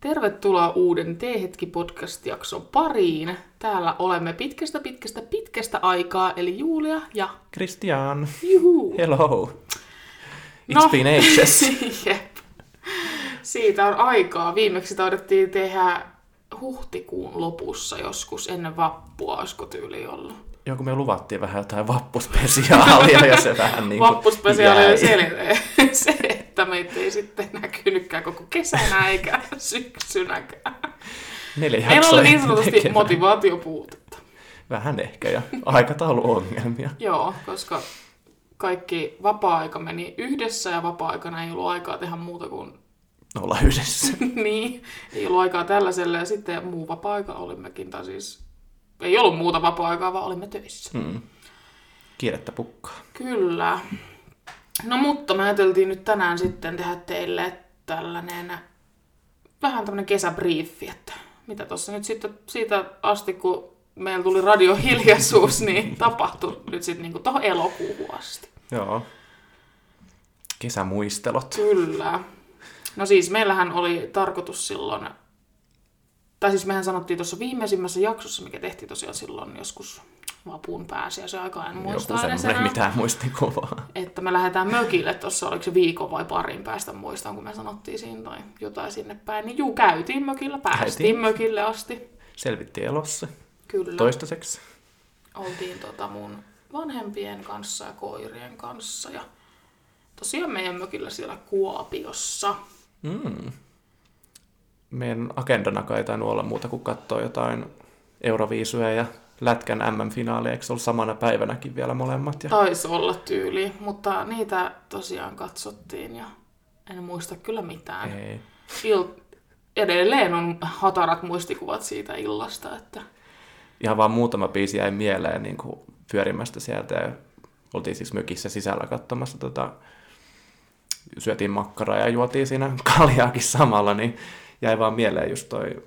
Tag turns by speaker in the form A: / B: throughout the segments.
A: Tervetuloa uuden T-hetki-podcast-jakson pariin. Täällä olemme pitkästä, pitkästä, pitkästä aikaa, eli Julia ja
B: Christian,
A: Juhu.
B: hello. It's
A: No.
B: been ages.
A: Jep. Siitä on aikaa. Viimeksi taidettiin tehdä huhtikuun lopussa joskus ennen vappua, olisiko tyyli ollut.
B: Joku me luvattiin vähän jotain vappuspesiaalia ja se vähän niin
A: Niin
B: kuin
A: Vappuspesiaali
B: jäi.
A: oli selkeä. se, että meitä ei sitten näkynytkään koko kesänä eikä syksynäkään.
B: Neljä
A: Meillä
B: jaksoa
A: oli niin
B: ehti
A: sanotusti
B: tekemään.
A: motivaatiopuutetta.
B: Vähän ehkä ja aikatauluongelmia.
A: Joo, koska kaikki vapaa-aika meni yhdessä ja vapaa-aikana ei ollut aikaa tehdä muuta kuin
B: Olla yhdessä.
A: niin. Ei ollut aikaa tällaiselle ja sitten muu vapaa-aika olimmekin, tai siis ei ollut muuta vapaa-aikaa, vaan olimme töissä.
B: Mm. Kiirettä pukkaa.
A: Kyllä. No mutta me ajateltiin nyt tänään sitten tehdä teille tällainen vähän tämmöinen kesäbriifi, että mitä tuossa nyt sitten siitä asti, kun meillä tuli radiohiljaisuus, niin tapahtui nyt sitten niinku tuohon elokuuhun asti.
B: Joo. Kesämuistelot.
A: Kyllä. No siis meillähän oli tarkoitus silloin, tai siis mehän sanottiin tuossa viimeisimmässä jaksossa, mikä tehtiin tosiaan silloin joskus vapuun pääsiäisen aikaan, en muista
B: Joku
A: edes
B: semmoinen
A: enää.
B: mitään muistikuvaa.
A: että me lähdetään mökille tuossa, oliko se viikon vai parin päästä, muistan kun me sanottiin siinä tai jotain sinne päin, niin juu, käytiin mökillä, päästiin
B: Käytiin.
A: mökille asti.
B: Selvittiin elossa.
A: Kyllä,
B: Toistaiseksi.
A: oltiin tota mun vanhempien kanssa ja koirien kanssa ja tosiaan meidän mökillä siellä Kuopiossa.
B: Mm. Meidän agendana kai ei tainnut olla muuta kuin katsoa jotain Euroviisuja ja Lätkän MM-finaaleja, eikö se ollut samana päivänäkin vielä molemmat? Ja...
A: Taisi olla tyyli, mutta niitä tosiaan katsottiin ja en muista kyllä mitään.
B: Ei.
A: Il- edelleen on hatarat muistikuvat siitä illasta, että
B: Ihan vaan muutama biisi jäi mieleen niin kuin pyörimästä sieltä ja oltiin siis mökissä sisällä katsomassa tota... syötiin makkaraa ja juotiin siinä kaljaakin samalla, niin jäi vaan mieleen just toi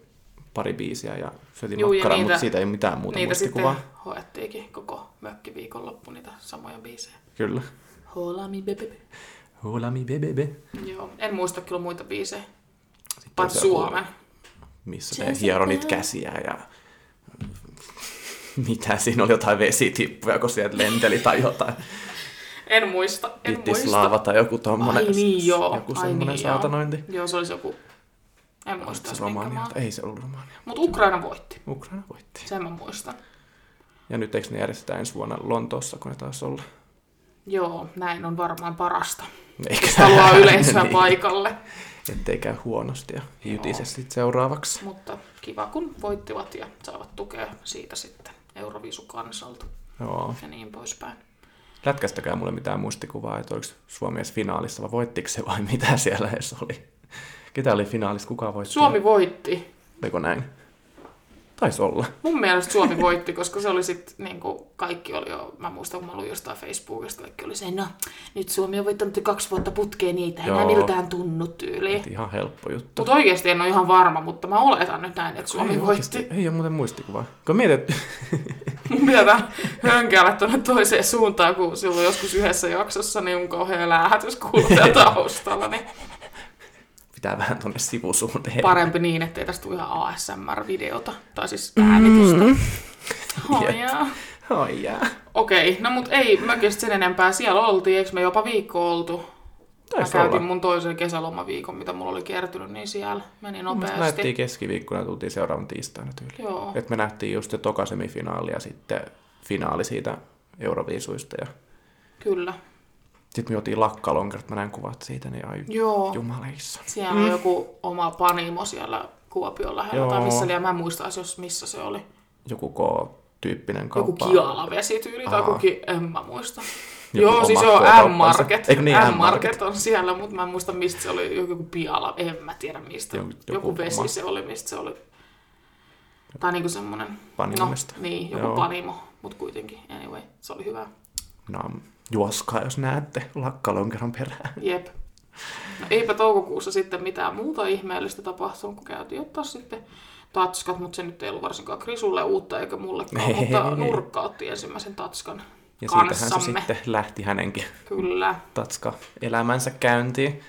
B: pari biisiä ja syötiin
A: Juu, ja
B: makkaraa,
A: niitä-
B: mutta siitä ei mitään muuta
A: niitä
B: muistikuvaa.
A: sitten hoettiinkin koko mökkiviikonloppu niitä samoja biisejä.
B: Kyllä.
A: Holami bebebe.
B: Hula mi bebebe.
A: Joo, en muista kyllä muita biisejä,
B: Sitten
A: paitsi
B: on se joku-
A: Suomen.
B: missä ne hiero niitä käsiä ja mitä siinä oli jotain vesitippuja, kun sieltä lenteli tai jotain
A: En muista, en muista.
B: vittislaava tai joku tommonen,
A: Ai niin, joo.
B: joku
A: Ai
B: semmonen
A: niin,
B: saatanointi.
A: Joo. joo, se olisi joku, en muista
B: Se
A: edes minkä
B: Romania,
A: maa.
B: ei se ollut Romania.
A: Mutta Ukraina voitti,
B: Ukraina voitti.
A: sen mä muistan.
B: Ja nyt eikö ne järjestetään ensi vuonna Lontoossa, kun ne taas olla?
A: Joo, näin on varmaan parasta.
B: Eikä
A: Jos haluaa yleisöä
B: Niin,
A: paikalle.
B: Ettei käy huonosti ja jytise sitten seuraavaksi.
A: Mutta kiva, kun voittivat ja saavat tukea siitä sitten Euroviisukansalta
B: Joo.
A: ja niin poispäin.
B: Lätkästäkään mulle mitään muistikuvaa, että oliko Suomi edes finaalissa vai voittiko se vai mitä siellä edes oli. Ketä oli finaalissa, kuka voitti?
A: Suomi voitti
B: Oliko näin? Taisi olla.
A: Mun mielestä Suomi voitti, koska se oli sit, niin kuin kaikki oli jo, mä muistan kun mä luin jostain Facebookista, kaikki oli se, no nyt Suomi on voittanut jo kaksi vuotta putkeen, niin ei tää enää
B: Joo.
A: miltään tunnu tyyliin.
B: Ihan helppo juttu.
A: Mutta oikeasti en ole ihan varma, mutta mä oletan nyt näin, että Tota, Suomi
B: ei,
A: voitti.
B: Ei ole muuten muistikuvaa. Kun mietit,
A: Mun pitää hönkäällä tuonne toiseen suuntaan, kun silloin joskus yhdessä jaksossa, niin on kauhea läähätys kuuluu siellä taustalla, niin
B: pitää vähän tuonne sivusuun tehdä.
A: parempi niin, ettei tästä tule ihan ASMR-videota, tai siis äänitystä. Oh,
B: Mm. Jep.
A: yeah.
B: Mm-hmm. Ai jää.
A: Okei, no mut ei mökistä sen enempää. Siellä oltiin, eikö me jopa viikko oltu? Mä
B: Taisi
A: käytin
B: olla.
A: mun toisen kesälomaviikon, mitä mulla oli kertynyt, niin siellä meni nopeasti. Oh.
B: Nähtiin keskiviikkona, tultiin seuraavan tiistaina tyyliin.
A: Joo,
B: Et me nähtiin just se toka semifinaali ja sitten finaali siitä Euroviisuista. Ja...
A: kyllä.
B: Sitten me otin lakkalonkerat, mä näin kuvat siitä, niin ai
A: Joo,
B: jumaleissa.
A: siellä mm. oli joku oma panimo siellä Kuopion lähellä, tai
B: Joo.
A: missä oli, ja mä en muista edes, jos missä se oli.
B: Joku K-tyyppinen
A: Joku
B: kauppa.
A: kialavesityyli tai
B: Aha.
A: joku, ki- en mä muista.
B: Joku
A: Joo, siis
B: oma
A: joo,
B: K-kauppansa.
A: M-Market.
B: Eikö niin, M-Market?
A: M-Market on siellä, mutta mä en muista mistä se oli, joku piala, en mä tiedä mistä.
B: Joku-
A: Joku,
B: joku
A: joku vesi
B: oma.
A: se oli, mistä se oli. Tai niinku semmonen.
B: Panimoista.
A: No, niin, joku
B: Joo.
A: joo. panimo, mutta kuitenkin, anyway, se oli hyvä.
B: No, juoskaa, jos näette lakkalonkeran perään.
A: Jep. No eipä toukokuussa sitten mitään muuta ihmeellistä tapahtunut, kun käytiin ottaa sitten tatskat, mutta se nyt ei ollut varsinkaan Krisulle uutta eikä mullekaan,
B: Ei.
A: mutta nurkka otti ensimmäisen tatskan
B: Ja siitähän se
A: kanssamme.
B: sitten lähti hänenkin
A: Kyllä.
B: tatska elämänsä käyntiin.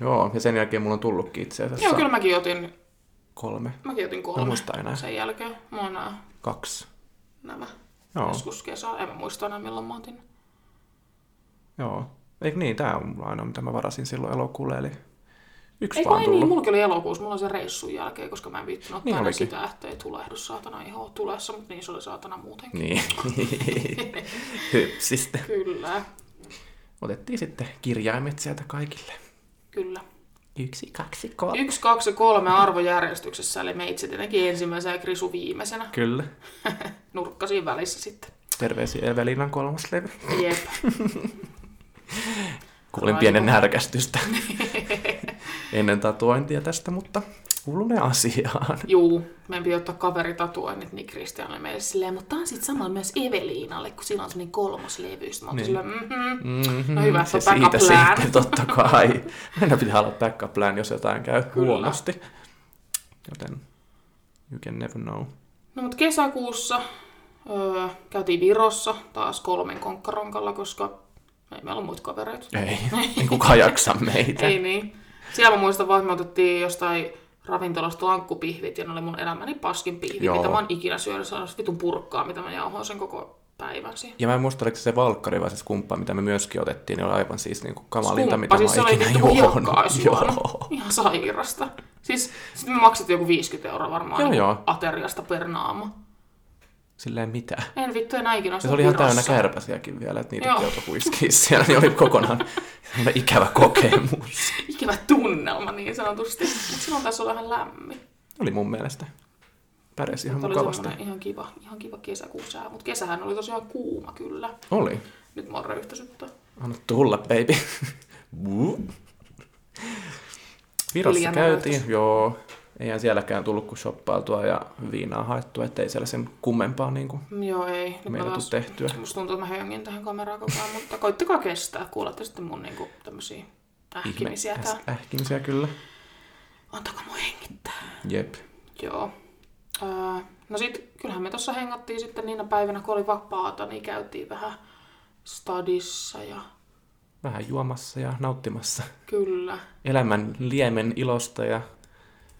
B: Joo, ja sen jälkeen mulla on tullutkin itse asiassa
A: Joo, kyllä mäkin otin,
B: kolme,
A: mäkin otin kolme
B: muista enää.
A: sen jälkeen. Mä oon nää,
B: kaksi.
A: nämä
B: Joo,
A: joskus kesällä. En mä muista enää milloin mä otin.
B: joo. Eikö niin, tää on aina mitä mä varasin silloin elokuulle, eli yksi
A: Ei
B: vaan
A: kun ei
B: tullut.
A: niin, mullakin oli elokuussa, mulla on se reissun jälkeen, koska mä en viittinyt ottaa
B: Niin
A: niin
B: olikin.
A: sitä, että ei tulehdu saatana iho tulessa, mutta niin se oli saatana muutenkin.
B: Niin. Hypsistä.
A: Kyllä,
B: Otettiin sitten kirjaimet sieltä kaikille.
A: kyllä.
B: Yksi, kaksi, kolme.
A: Yksi, kaksi ja kolme arvojärjestyksessä, eli meitsi tietenkin ensimmäisenä ja Krisu viimeisenä.
B: Kyllä.
A: Nurkka siinä välissä sitten.
B: Terveisiä Evelinan kolmas levy.
A: Jep.
B: Kuulin
A: Ai
B: pienen
A: joo.
B: närkästystä ennen tatuointia tästä, mutta kuulumme asiaan.
A: Juu, meidän piti ottaa kaveritatuoinnit niin Kristianille meille silleen, mutta tämä on sitten samalla myös Eveliinalle, kun sillä on semmoinen kolmoslevy. Sitten mä
B: Niin.
A: niin. silleen, mm-hmm.
B: Mm-hmm.
A: No hyvä,
B: se
A: se on
B: siitä
A: backup plan.
B: sitten, totta kai. Aina pitää olla backup plan, jos jotain käy Kyllä.
A: Kyllä.
B: huonosti. Joten you can never know.
A: No mutta kesäkuussa öö, käytiin Virossa taas kolmen konkkaronkalla, koska ei meillä ole muita kavereita.
B: Ei, ei kukaan jaksa meitä.
A: Ei niin. Siellä mä muistan vaan, että me otettiin jostain ravintolasta lankkupihvit ja ne oli mun elämäni paskin pihvit,
B: Joo.
A: Joo. mitä mä oon ikinä syönyt. Se on vitun purkkaa, mitä mä jauhoin sen koko päivän siihen.
B: Ja mä en muista, oliko se se valkkari vai se skumppa, mitä me myöskin otettiin, niin oli aivan siis niin kuin kamalinta,
A: Skumppa,
B: mitä
A: siis
B: mä
A: se
B: oon
A: oli
B: ikinä
A: vitun
B: juonut.
A: jokais juonut.
B: Joo.
A: Ihan sairasta. Siis sit me maksettiin joku 50 euroa varmaan
B: Joo,
A: joo,
B: joo.
A: joo. ateriasta per naama.
B: Silleen mitä.
A: En vittu enää ikinä
B: Ja se
A: sitä
B: oli ihan
A: Virossa.
B: täynnä kärpäsiäkin vielä, että niitä
A: Joo.
B: joutui kuiskiin siellä, niin oli kokonaan ikävä kokemus.
A: Ikävä tunnelma niin sanotusti. Mut silloin taisi olla ihan lämmin.
B: Oli mun mielestä. Pärjäs ihan
A: Oli
B: mukavasti.
A: semmonen ihan kiva, ihan kiva kesäkuun sää, mutta kesähän oli tosiaan kuuma kyllä.
B: Oli.
A: Nyt mua röyhtäsyttää.
B: Anna tulla, baby. Buu. Virossa
A: Liian
B: käytiin,
A: aloitus.
B: joo. Eihän sielläkään tullut kuin shoppailtua ja viinaa haettua, ettei siellä sen kummempaa niin kuin
A: Mm, Joo, ei. Nyt
B: meillä
A: mä taas,
B: tuu tehtyä.
A: musta tuntuu, että mä höngin tähän kameraan koko ajan, mutta koittakaa kestää. Kuulette sitten mun niinku tämmösiä ähkimisiä
B: Ihme-
A: tää.
B: äs- Ähkimisiä kyllä.
A: Antakaa mun hengittää.
B: Jep.
A: Joo. Öö, no sit, kyllähän me tossa hengattiin sitten niinä päivinä, kun oli vapaata, niin käytiin vähän stadissa ja
B: Vähän juomassa ja nauttimassa
A: kyllä.
B: elämän liemen ilosta ja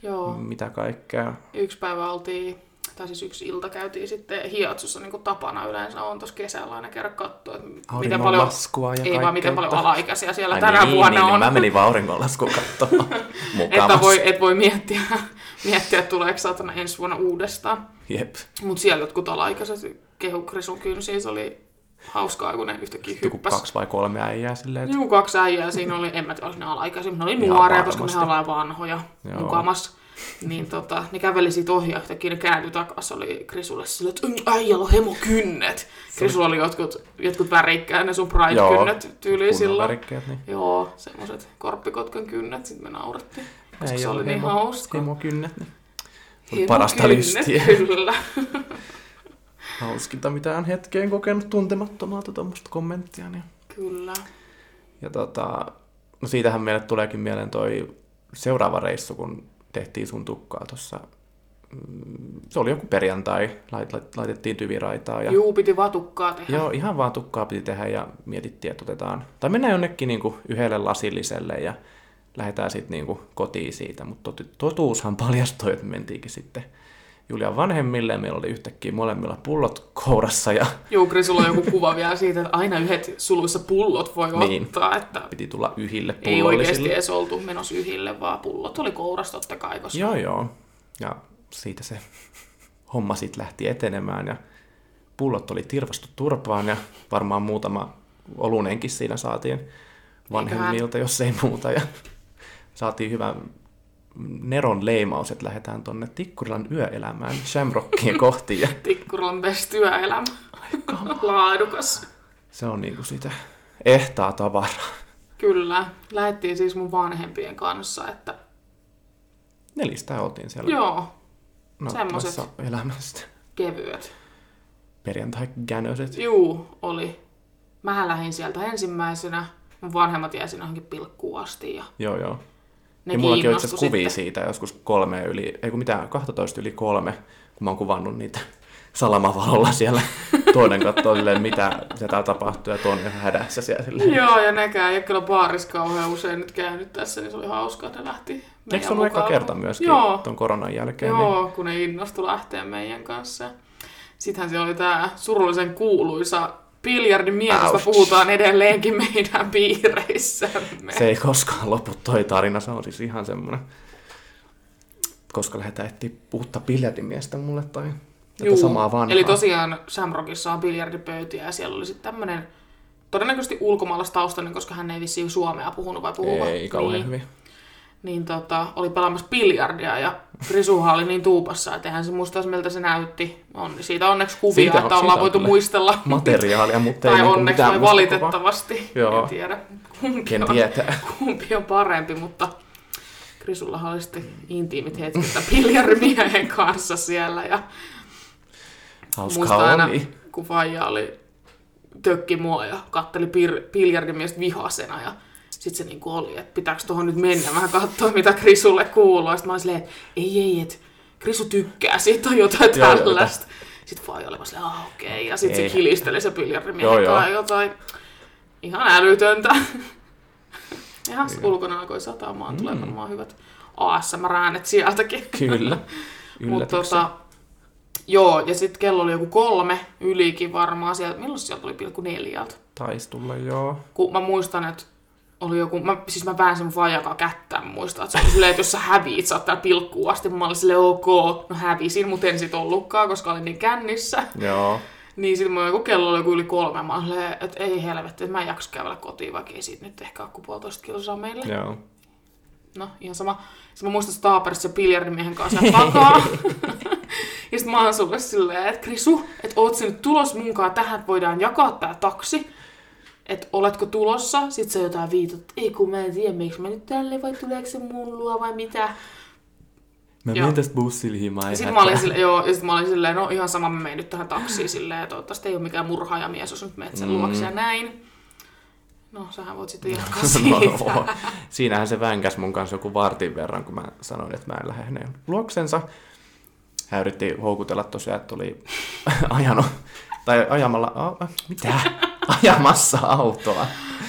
A: Joo.
B: mitä kaikkea.
A: yksi päivä oltiin, tai siis yksi ilta käytiin sitten hiatsussa, niin kuin tapana yleensä on tuossa kesällä aina käydä katsoa, että miten paljon,
B: Auringonlaskua ja
A: ei vaan miten paljon
B: kaikkea.
A: alaikäisiä siellä
B: Ai
A: tänä
B: niin,
A: vuonna
B: niin,
A: on.
B: Mä menin vaan auringonlaskua katsomaan.
A: että
B: Mukavasti.
A: voi, et voi miettiä, miettiä, että tuleeko saatana ensi vuonna uudestaan.
B: Jep.
A: Mutta siellä jotkut alaikäiset kehu Krisun kynsiin, se oli hauskaa, kun ne yhtäkkiä
B: Joku
A: hyppäsi.
B: kaksi vai kolme äijää silleen, että
A: Juu, kaksi äijää siinä oli, en mä tiedä, olisi ne alaikäisiä, mutta ne oli
B: Ihan
A: nuoria, koska
B: varmasti.
A: ne ollaan vanhoja
B: Joo.
A: Joo. mukamas. Niin tota, ne käveli siitä ohi ja yhtäkkiä ne kääntyi takaisin, oli Krisulle sille, että "Mm, äijällä on hemokynnet. Krisulla oli jotkut, jotkut värikkäät, ne sun Pride-kynnet tyyliin
B: kunnon
A: silloin.
B: värikkeet, niin
A: Joo, semmoset korppikotkan kynnet, sit me naurettiin, koska
B: Ei
A: se
B: ole
A: oli niin
B: hemo-
A: hauska.
B: hemokynnet, niin on
A: Hemokynnet,
B: parasta lystiä.
A: Kyllä.
B: Hauskinta, mitä on hetkeen kokenut tuntemattomalta tuommoista kommenttia. Niin.
A: Kyllä.
B: Ja tota, no siitähän meille tuleekin mieleen toi seuraava reissu, kun tehtiin sun tukkaa tuossa. mm, Se oli joku perjantai, lait, lait, laitettiin tyviraitaa. Ja,
A: Juu, piti vatukkaa tehdä.
B: joo, ihan vaan tukkaa piti tehdä ja mietittiin, että otetaan, tai mennään jonnekin niinku yhdelle lasilliselle ja lähdetään sitten niinku kotiin siitä. Mutta tot, totuushan paljastui, että me mentiinkin sitten Julian vanhemmille ja meillä oli yhtäkkiä molemmilla pullot kourassa ja
A: Juu, Krisulla on joku kuva vielä siitä, että aina yhdet suluissa pullot voi
B: Niin.
A: ottaa, että
B: piti tulla yhille
A: Ei oikeasti
B: pullollisille.
A: edes oltu menossa yhille, vaan pullot oli kourassa totta kai, koska
B: Joo, joo. Ja siitä se homma sitten lähti etenemään ja pullot oli tirvastu turpaan ja varmaan muutama olunenkin siinä saatiin vanhemmilta, jos ei muuta. Ja saatiin hyvä Neron leimaus, että lähdetään tonne Tikkurilan yöelämään Shamrockien kohti. Ja
A: Tikkurilla on best työelämä. Laadukas.
B: se on niinku sitä ehtaa tavaraa.
A: Kyllä. Lähettiin siis mun vanhempien kanssa, että
B: Nelistä oltiin siellä
A: joo,
B: nauttimassa
A: semmoset.
B: elämästä.
A: kevyet.
B: Perjantai-gänöset.
A: Juu, oli. Mä lähdin sieltä ensimmäisenä. Mun vanhemmat jäi sinne johonkin pilkkuun asti ja
B: Joo, joo.
A: ne
B: ja mullakin on
A: kiinnostu
B: itse asiassa kuvia
A: sitten.
B: siitä joskus kolme yli, ei kun mitään, 12 yli kolme, kun mä oon kuvannut niitä salamavalolla siellä. Toinen katsoo silleen, mitä sieltä tapahtuu, ja toinen on hädässä siellä silleen.
A: Joo, ja nekään ei ole kyllä baarissa kauhean usein nyt käynyt tässä, niin se oli hauskaa, että ne lähti meidän
B: Eikö se ollut eka
A: mukaan.
B: kerta myöskin
A: Joo,
B: tuon koronan jälkeen? Niin...
A: joo kun ne innostu lähteä meidän kanssa. Sittenhän siellä oli tämä surullisen kuuluisa biljardin mies, josta
B: Ouch.
A: puhutaan edelleenkin meidän piireissämme.
B: Niin Se ei koskaan lopu toi tarina, se on siis ihan semmoinen. Koska lähdetään etsiä uutta biljardimiestä mulle tai tätä
A: Juu.
B: samaa vanhaa.
A: Eli tosiaan Shamrockissa on biljardipöytiä ja siellä oli sitten tämmöinen todennäköisesti ulkomaalaistaustainen, koska hän ei vissiin suomea puhunut vai puhuva.
B: Ei kauhean
A: niin,
B: hyvin.
A: Niin tota, oli pelaamassa biljardia ja Risuha oli niin tuupassa, että eihän se muistaisi miltä se näytti. On, siitä onneksi kuvia,
B: Siitä
A: siitä
B: on-
A: että ollaan
B: siitä on
A: voitu
B: kyllä
A: muistella.
B: Materiaalia, mutta ei
A: tai
B: niinku
A: onneksi
B: mitään
A: tai
B: musta kuvaa.
A: valitettavasti.
B: Joo.
A: En tiedä, kumpi
B: Ken
A: on,
B: tietää.
A: kumpi on parempi, mutta Krisullahan oli sitten intiimit hetket tämän biljardimiehen kanssa siellä ja
B: Hauskaa
A: Muista
B: oli.
A: aina, kun faija oli tökki mua ja katteli pir- biljardimiestä vihasena ja sitten se niinku oli, että pitääkö tuohon nyt mennä vähän katsoa, mitä Krisulle kuuluu. Sitten mä olin silleen, että ei, ei, että Krisu tykkää siitä tai jotain
B: Joo, joo,
A: tällaista. Sitten faija oli vaan silleen, ah okei, ja sitten
B: Ei.
A: se kilisteli se biljardimiehen
B: Joo,
A: joo,
B: joo.
A: tai jotain. Ihan älytöntä. Ihan
B: Niin.
A: ulkona alkoi satamaan, tulee
B: Mm.
A: varmaan hyvät ASMR-äänet sieltäkin.
B: Kyllä.
A: Mutta
B: Yllätyksen.
A: tota, joo, ja sitten kello oli joku kolme ylikin varmaan sieltä. Milloin sieltä oli pilkku neljältä?
B: Taisi tulla, joo.
A: Kun mä muistan, että oli joku, mä, siis mä väänsin mun vaijakaa kättä, mä muistan, että se oli silleen, että jos sä häviit, sä oot täällä pilkkuun asti, mä olin silleen, ok, no hävisin, mut en sit ollutkaan, koska olin niin kännissä.
B: Joo.
A: Niin sit mulla joku kello oli joku yli kolme, mä olin silleen, että ei helvetti, että mä en jaksa kävellä kotiin, vaikka ei siitä nyt ehkä ole kuin puolitoista kilsaa meille.
B: Joo.
A: No, ihan sama. Sitten mä muistan se taaperissa se biljardimiehen kanssa siellä takaa. ja sitten mä oon sulle silleen, että Krisu, että oot sä nyt tulos munkaan tähän, että voidaan jakaa tää taksi. Että oletko tulossa? Sitten se jotain viitot, että ei kun mä en tiedä, miksi mä nyt tälle vai tuleeko se mun luo vai mitä.
B: Mä
A: Joo.
B: menen tästä bussilla himaan. ei
A: Sitten mä
B: hätää.
A: olin silleen, joo, ja sitten mä olin silleen, no ihan sama, mä menen nyt tähän taksiin silleen, ja toivottavasti ei ole mikään murhaajamies, jos nyt menet
B: Mm.
A: sen luokse ja näin. No, sähän voit sitten jatkaa siitä.
B: No, voi. siinähän se vänkäs mun kanssa joku vartin verran, kun mä sanoin, että mä en lähde hänen luoksensa. Hän yritti houkutella tosiaan, että oli ajanut, tai ajamalla, a- a- mitä? Ajamassa autoa.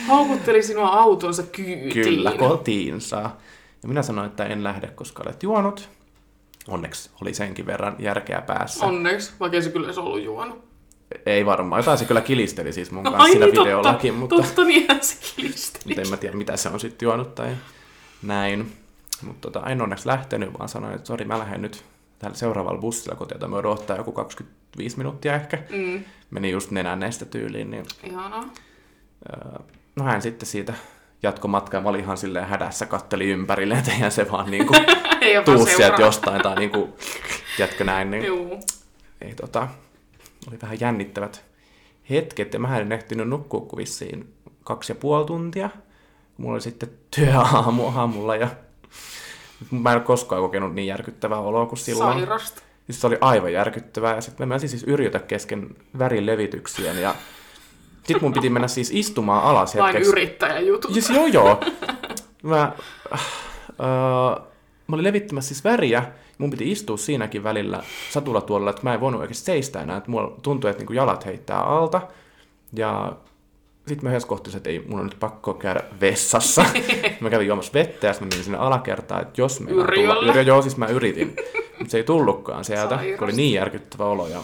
A: Houkutteli sinua autonsa kyytiin.
B: Kyllä, kotiinsa. Ja minä sanoin, että en lähde, koska olet juonut. Onneksi oli senkin verran järkeä päässä.
A: Onneksi, vaikka ei se kyllä se ollut juonut. niin,
B: Ei varmaan. Jotain se kyllä kilisteli siis mun kanssa sillä videollakin, mutta...
A: No totta niin niinhän se kilisteli.
B: Mutta en mä tiedä, mitä se on sitten juonut tai näin. Mutta tota, en onneksi lähtenyt, vaan sanoin, että sori, mä lähden nyt tällä seuraavalla bussilla kotiin, jota me odottaa joku 25 minuuttia ehkä.
A: Mm.
B: Meni just nenän näistä tyyliin, niin
A: Ihanaa.
B: öö, no hän sitten siitä jatko matkaa. Mä olin ihan silleen hädässä, katteli ympärille, että eihän se vaan niinku
A: Ei jopa
B: tuu
A: seuraa.
B: sieltä jostain tai niinku, tiedätkö näin, niin
A: Juu.
B: ei tota, oli vähän jännittävät hetket, ja mä en ehtinyt nukkua kuin vissiin kaksi ja puoli tuntia. Mulla oli sitten työaamu aamulla, ja mä en ole koskaan kokenut niin järkyttävää oloa kuin silloin.
A: Sairasta.
B: Siis se oli aivan järkyttävää, ja sitten mä menin siis yrjötä kesken värilevityksien, ja sitten mun piti mennä siis istumaan alas
A: Vain
B: hetkeksi.
A: yrittäjän jutut.
B: Siis joo joo. Mä, äh, öö, mä olin levittämässä siis väriä. Mun piti istua siinäkin välillä satulla tuolla, että mä en voinut oikeasti seistä enää. Että mulla tuntui, että niinku jalat heittää alta. Ja sitten mä yhdessä kohtasin, että ei, mun on nyt pakko käydä vessassa. mä kävin juomassa vettä ja sitten mä menin sinne alakertaan, että jos me tulla...
A: Yrjöllä.
B: Yrjö, joo, siis mä yritin. Mutta se ei tullutkaan sieltä, kun oli
A: Sairasta.
B: niin järkyttävä olo. Ja...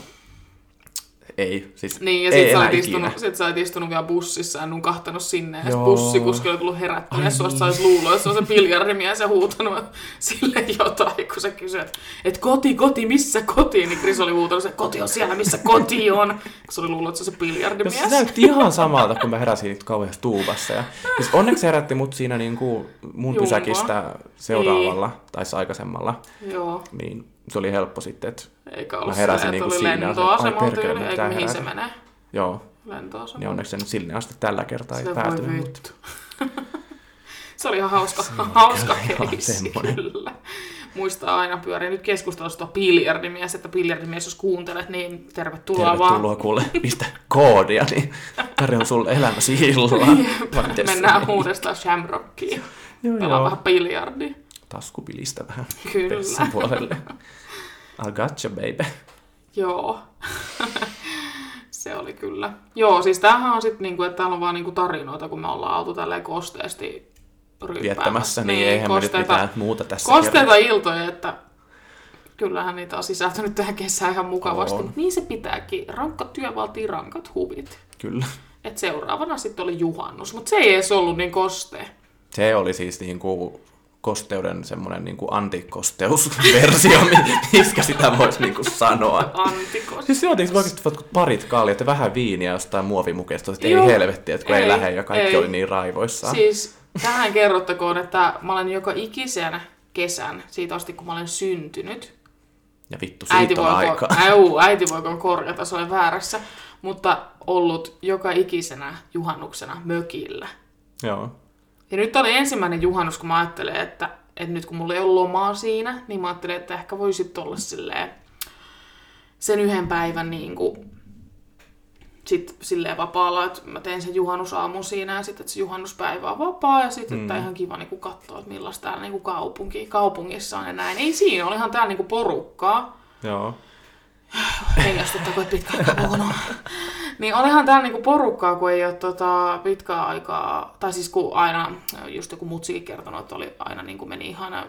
B: Ei, siis
A: Niin, ja
B: ei
A: sit sä,
B: enää
A: olit
B: ikinä.
A: istunut, sit sä olit istunut vielä bussissa ja nukahtanut sinne. Ja sit
B: Joo.
A: bussikuski oli tullut
B: Ai
A: herättämään sua,
B: niin.
A: että sä olis luullut, että se on se biljardimies ja huutanut sille jotain, kun sä kysyt, että et koti, koti, missä koti? Niin Chris oli huutanut, että koti on siellä, missä koti on. Kun sä oli luullut, että se on se
B: No,
A: biljardimies.
B: se näytti ihan samalta, kun mä heräsin niitä kauheassa tuubassa. Ja, siis onneksi se herätti mut siinä niin kuin mun
A: Jumma.
B: pysäkistä seuraavalla, niin. tai se aikaisemmalla.
A: Joo.
B: Niin se oli helppo sitten, että
A: Eikä ollut
B: Mä heräsin
A: silleen,
B: niinku
A: että oli
B: siinä, että ai
A: lentoasemalta
B: perkele,
A: tyyli,
B: nyt
A: eikä
B: tää
A: mihin se
B: herätä.
A: menee.
B: joo, niin
A: Lentoasemalta.
B: onneksi se nyt sinne asti tällä kertaa ei
A: Sille
B: päätynyt.
A: voi
B: Mutta
A: vittu. se oli ihan hauska,
B: on
A: hauska
B: kyllä ihan
A: keissi,
B: semmonen.
A: kyllä. Muistaa aina pyöriä. Nyt keskustelussa tuo biljardimies, että biljardimies, jos kuuntelet, niin tervetuloa, vaan.
B: tervetuloa kuule, pistä koodia, niin tarjon sulle elämäsi illalla. Vai miten se
A: Mennään
B: meni?
A: uudestaan Shamrockiin.
B: Joo,
A: Pelaa
B: joo.
A: vähän biljardia.
B: Taskupilistä vähän
A: Kyllä.
B: pessin puolelle. I gotcha, baby.
A: Joo. se oli kyllä. Joo, siis tämähän on sitten niinku, että täällä on vaan niinku tarinoita, kun me ollaan oltu tälleen kosteesti ryyppäämässä.
B: viettämässä, niin, niin eihän me nyt
A: kosteita-
B: mitään muuta tässä kerrota.
A: Kosteita iltoja, että kyllähän niitä on sisältynyt tähän kesään ihan mukavasti.
B: On.
A: Niin se pitääkin. Rankka työ vaatii rankat huvit.
B: Kyllä.
A: Et seuraavana sitten oli juhannus, mutta se ei edes ollut niin kostea.
B: Se oli siis niin kuin kosteuden semmoinen niin kuin antikosteusversio, mi- mistä sitä voisi niin kuin sanoa.
A: Antikos.
B: Siis juotiinko oikeasti jotkut parit kaljat ja vähän viiniä jostain muovimukesta, että
A: Joo.
B: ei helvetti, että kun ei,
A: Ei,
B: ei lähde ja kaikki
A: ei.
B: oli niin raivoissaan. Si-
A: Siis tähän kerrottakoon, että mä olen joka ikisen kesän, siitä asti kun mä olen syntynyt,
B: ja vittu,
A: äiti
B: siitä on
A: voi,
B: aikaa.
A: äu, äiti voiko korjata, se oli väärässä, mutta ollut joka ikisenä juhannuksena mökillä.
B: Joo.
A: Ja nyt oli ensimmäinen juhannus, kun mä ajattelin, että, että nyt kun mulla ei ole lomaa siinä, niin mä ajattelin, että ehkä voisit olla silleen sen yhden päivän niin kuin, sit silleen vapaalla, että mä tein sen juhannusaamun siinä ja sitten, että se juhannuspäivä on vapaa ja sitten,
B: Mm.
A: että ihan kiva niin katsoa, että millaista täällä niin kaupunki, kaupungissa on ja näin. Ei siinä, olihan täällä niin porukkaa.
B: Joo.
A: Heijastuttako, että pitkä aika puhunut. Niin olihan täällä niinku porukkaa, kun ei ole tota pitkää aikaa, tai siis kun aina, just joku mutsikin kertonut, että oli aina niinku meni ihan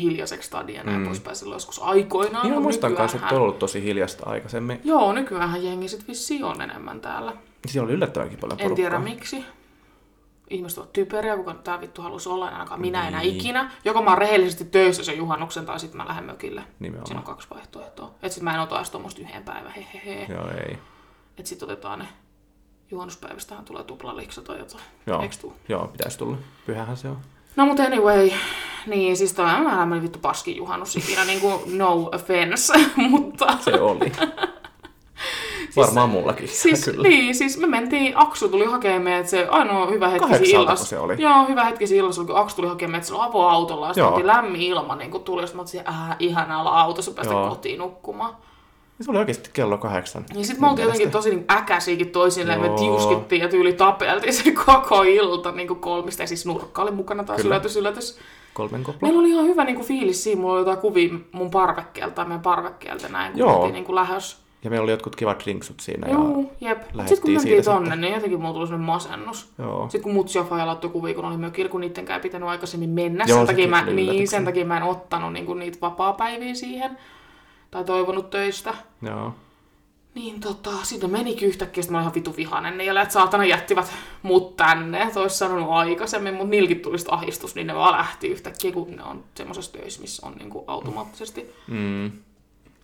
A: hiljaiseksi stadia ja näin mm. poispäin silloin joskus aikoinaan.
B: Niin mä
A: mut
B: muistan kanssa, että
A: nykyäänhän-
B: on ollut tosi hiljasta aikaisemmin.
A: Joo, nykyään jengi sit vissiin on enemmän täällä.
B: Siellä oli yllättävänkin paljon
A: En
B: porukkaa.
A: tiedä miksi. Ihmiset ovat typeriä, kuka tää vittu halusi olla, en ainakaan minä enää
B: Niin.
A: ikinä. Joko mä oon rehellisesti töissä sen juhannuksen, tai sitten mä lähden mökille.
B: Nimenomaan.
A: Siinä on kaksi vaihtoehtoa. Et sit mä en ota edes tuommoista yhden päivän, hehehe.
B: Joo, ei.
A: Että sitten otetaan ne juhannuspäivästähän tulee tuplaliksa tai jotain.
B: Joo.
A: Eiks tuu?
B: Joo, pitäisi tulla. Pyhähän se on.
A: No mutta anyway, niin siis toi on vähän meni vittu paskin juhannus ikinä, niin kuin no offense, mutta...
B: Se oli. Varmaan mullakin.
A: Siis,
B: kyllä.
A: niin, siis me mentiin, Aksu tuli hakemaan meidät, se ainoa hyvä hetki siinä
B: Kahdeksaltako
A: illassa.
B: se oli?
A: Joo, hyvä hetki siinä illassa, oli, kun Aksu tuli hakemaan meidät silloin avoautolla, ja sitten
B: Joo.
A: oltiin lämmin ilma, niin kun tuli, ja sitten mä oltiin, äh, ihanaa olla autossa, päästä
B: Joo.
A: kotiin nukkumaan.
B: Se oli oikeasti kello kahdeksan.
A: Niin sit me oltiin jotenkin tosi niin äkäisiäkin toisilleen, me
B: Joo.
A: tiuskittiin ja tyyli tapeltiin se koko ilta niin kuin kolmista. Ja siis nurkka oli mukana taas
B: Kyllä.
A: yllätys, yllätys.
B: Kolmen kopla.
A: Meillä oli ihan hyvä niin kuin fiilis siinä, mulla oli jotain kuvia mun parvekkeelta tai meidän parvekkeelta näin, kun
B: Joo.
A: oltiin niin kuin lähes.
B: Ja meillä oli jotkut kivat drinksut siinä. Ja...
A: Joo, jep. Sitten kun
B: lähdettiin
A: mentiin
B: siitä
A: tonne, niin jotenkin mulla tuli sellainen masennus.
B: Joo.
A: Sitten kun mutsi ja faija laittoi kuvia, kun oli mökillä, kun niittenkään ei pitänyt aikaisemmin mennä.
B: Joo,
A: sen, takia
B: sekin
A: mä,
B: tuli
A: niin,
B: yllätyksenä.
A: sen takia mä en ottanut niin kuin niitä vapaa-päiviä siihen tai toivonut töistä.
B: Joo.
A: Niin tota, sitten menikin yhtäkkiä, että mä olin ihan vitu vihanen niille, että saatana jättivät mut tänne, että olisi sanonut aikaisemmin, mutta niilläkin tuli sit ahdistus, niin ne vaan lähti yhtäkkiä, kun ne on semmoisessa töissä, missä on niinku automaattisesti
B: Mm.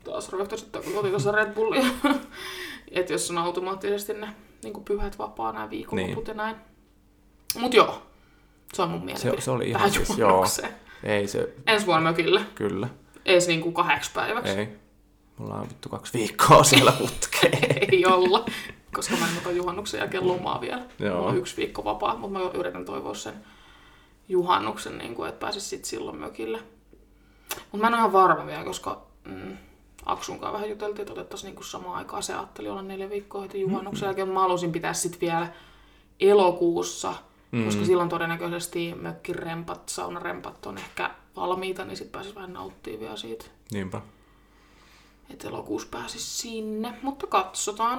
A: taas ryhtyisi ottaa kotiinsa Red Bullia, että jos on automaattisesti ne niinku pyhät vapaa nämä viikonloput
B: Niin.
A: ja näin. Mut joo, se on mun mielipide.
B: se oli ihan
A: tähän
B: siis, joo.
A: juhannukseen.
B: Ei se,
A: Ensi vuonna mökille,
B: kyllä.
A: ees niinku kahdeksi päiväksi.
B: Ei. Mulla on vittu kaksi viikkoa siellä putkeen.
A: ei olla, koska mä en ota juhannuksen jälkeen lomaa vielä.
B: Joo.
A: Mulla on yksi viikko vapaa, mutta mä yritän toivoa sen juhannuksen, niin kuin, että pääsis sit silloin mökille. Mutta mä en ole ihan varma vielä, koska mm, Aksunkaan vähän juteltiin, että otettaisiin niinku samaan aikaan. Se ajatteli olla neljä viikkoa heti juhannuksen jälkeen. Mä halusin pitää sit vielä elokuussa, koska silloin todennäköisesti mökkirempat, saunarempat on ehkä valmiita, niin sitten pääsis vähän nauttimaan vielä siitä.
B: Niinpä.
A: Että elokuussa pääsis sinne, mutta katsotaan.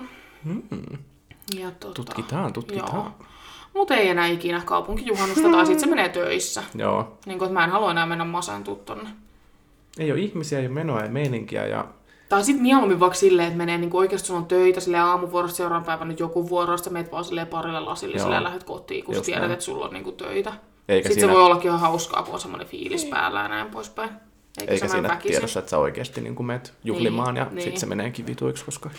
A: Ja tota,
B: Hmm. Tutkitaan, tutkitaan.
A: Joo. Mutta ei enää ikinä kaupunkijuhannusta, tai sitten se menee töissä.
B: Joo.
A: Niin kun, että mä en halua enää mennä masentua tonne.
B: Ei ole ihmisiä, ei ole menoa, ei meininkiä ja
A: Tai sitten mieluummin vaikka silleen, että menee niin oikeasti sulla on töitä sille aamuvuorosta seuraavan päivän nyt joku vuoro, sitten meet vaan silleen parille lasilliselle
B: Joo.
A: ja lähdet kotiin, kun sä
B: Just
A: tiedät,
B: näin.
A: että sulla on niin kuin töitä.
B: Eikä
A: Sitten se
B: siinä-
A: voi ollakin ihan hauskaa, kun on semmoinen fiilis päällä ja näin poispäin. Eikä,
B: eikä
A: se mene
B: siinä
A: väkisin.
B: tiedossa, että sä oikeasti niin menet juhlimaan
A: Niin,
B: ja
A: niin.
B: sitten se meneekin vituiksi, koska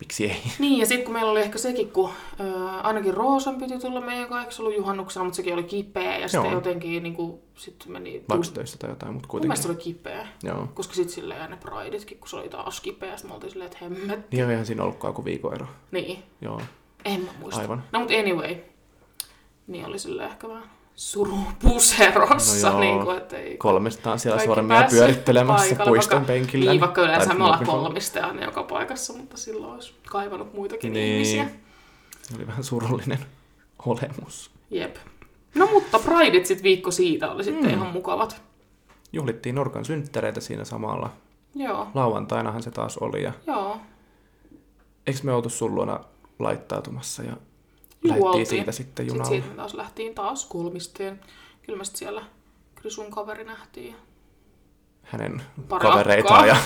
B: miksi ei?
A: Niin, ja sitten kun meillä oli ehkä sekin, kun ö, ainakin Roosan piti tulla meidän kaikki ollut juhannuksena, mutta sekin oli kipeä ja sitten
B: Joo.
A: jotenkin niin kuin, sit meni...
B: Vakstöistä tai jotain, mutta
A: Mun
B: kuitenkin.
A: mielestä se oli kipeä,
B: Joo.
A: koska sitten silleen ja ne prideitkin, kun se oli taas kipeä, sitten me oltiin silleen, että hemmet.
B: Niin eihän siinä ollutkaan kuin viikon ero.
A: Niin,
B: Joo.
A: en mä muista.
B: Aivan.
A: No mutta anyway, niin oli silleen ehkä vähän surupuserossa,
B: No joo.
A: niin kuin, että ei...
B: Kolmestaan siellä
A: kaikki
B: sormia
A: päässyt
B: pyörittelemässä
A: paikalle,
B: puiston
A: vaikka-
B: penkillä.
A: Niin, vaikka yleensä
B: Tai
A: me ollaan
B: pulpikolla.
A: kolmista aina joka paikassa, mutta silloin olisi kaivannut muitakin
B: Niin.
A: ihmisiä.
B: Se oli vähän surullinen olemus.
A: Jep. No mutta Prideit sit viikko siitä oli sitten mm. ihan mukavat.
B: Juhlittiin Norkan synttäreitä siinä samalla.
A: Joo,
B: Lauantainahan se taas oli ja
A: joo.
B: eikö me oltu sun luona laittautumassa ja
A: Juoltiin.
B: lähdettiin siitä sitten junalla.
A: Sitten siitä taas lähtiin taas kolmisteen. Kyllä me sit siellä Krisun kaveri nähtiin. ja-
B: Hänen
A: Pari
B: kavereitaan ja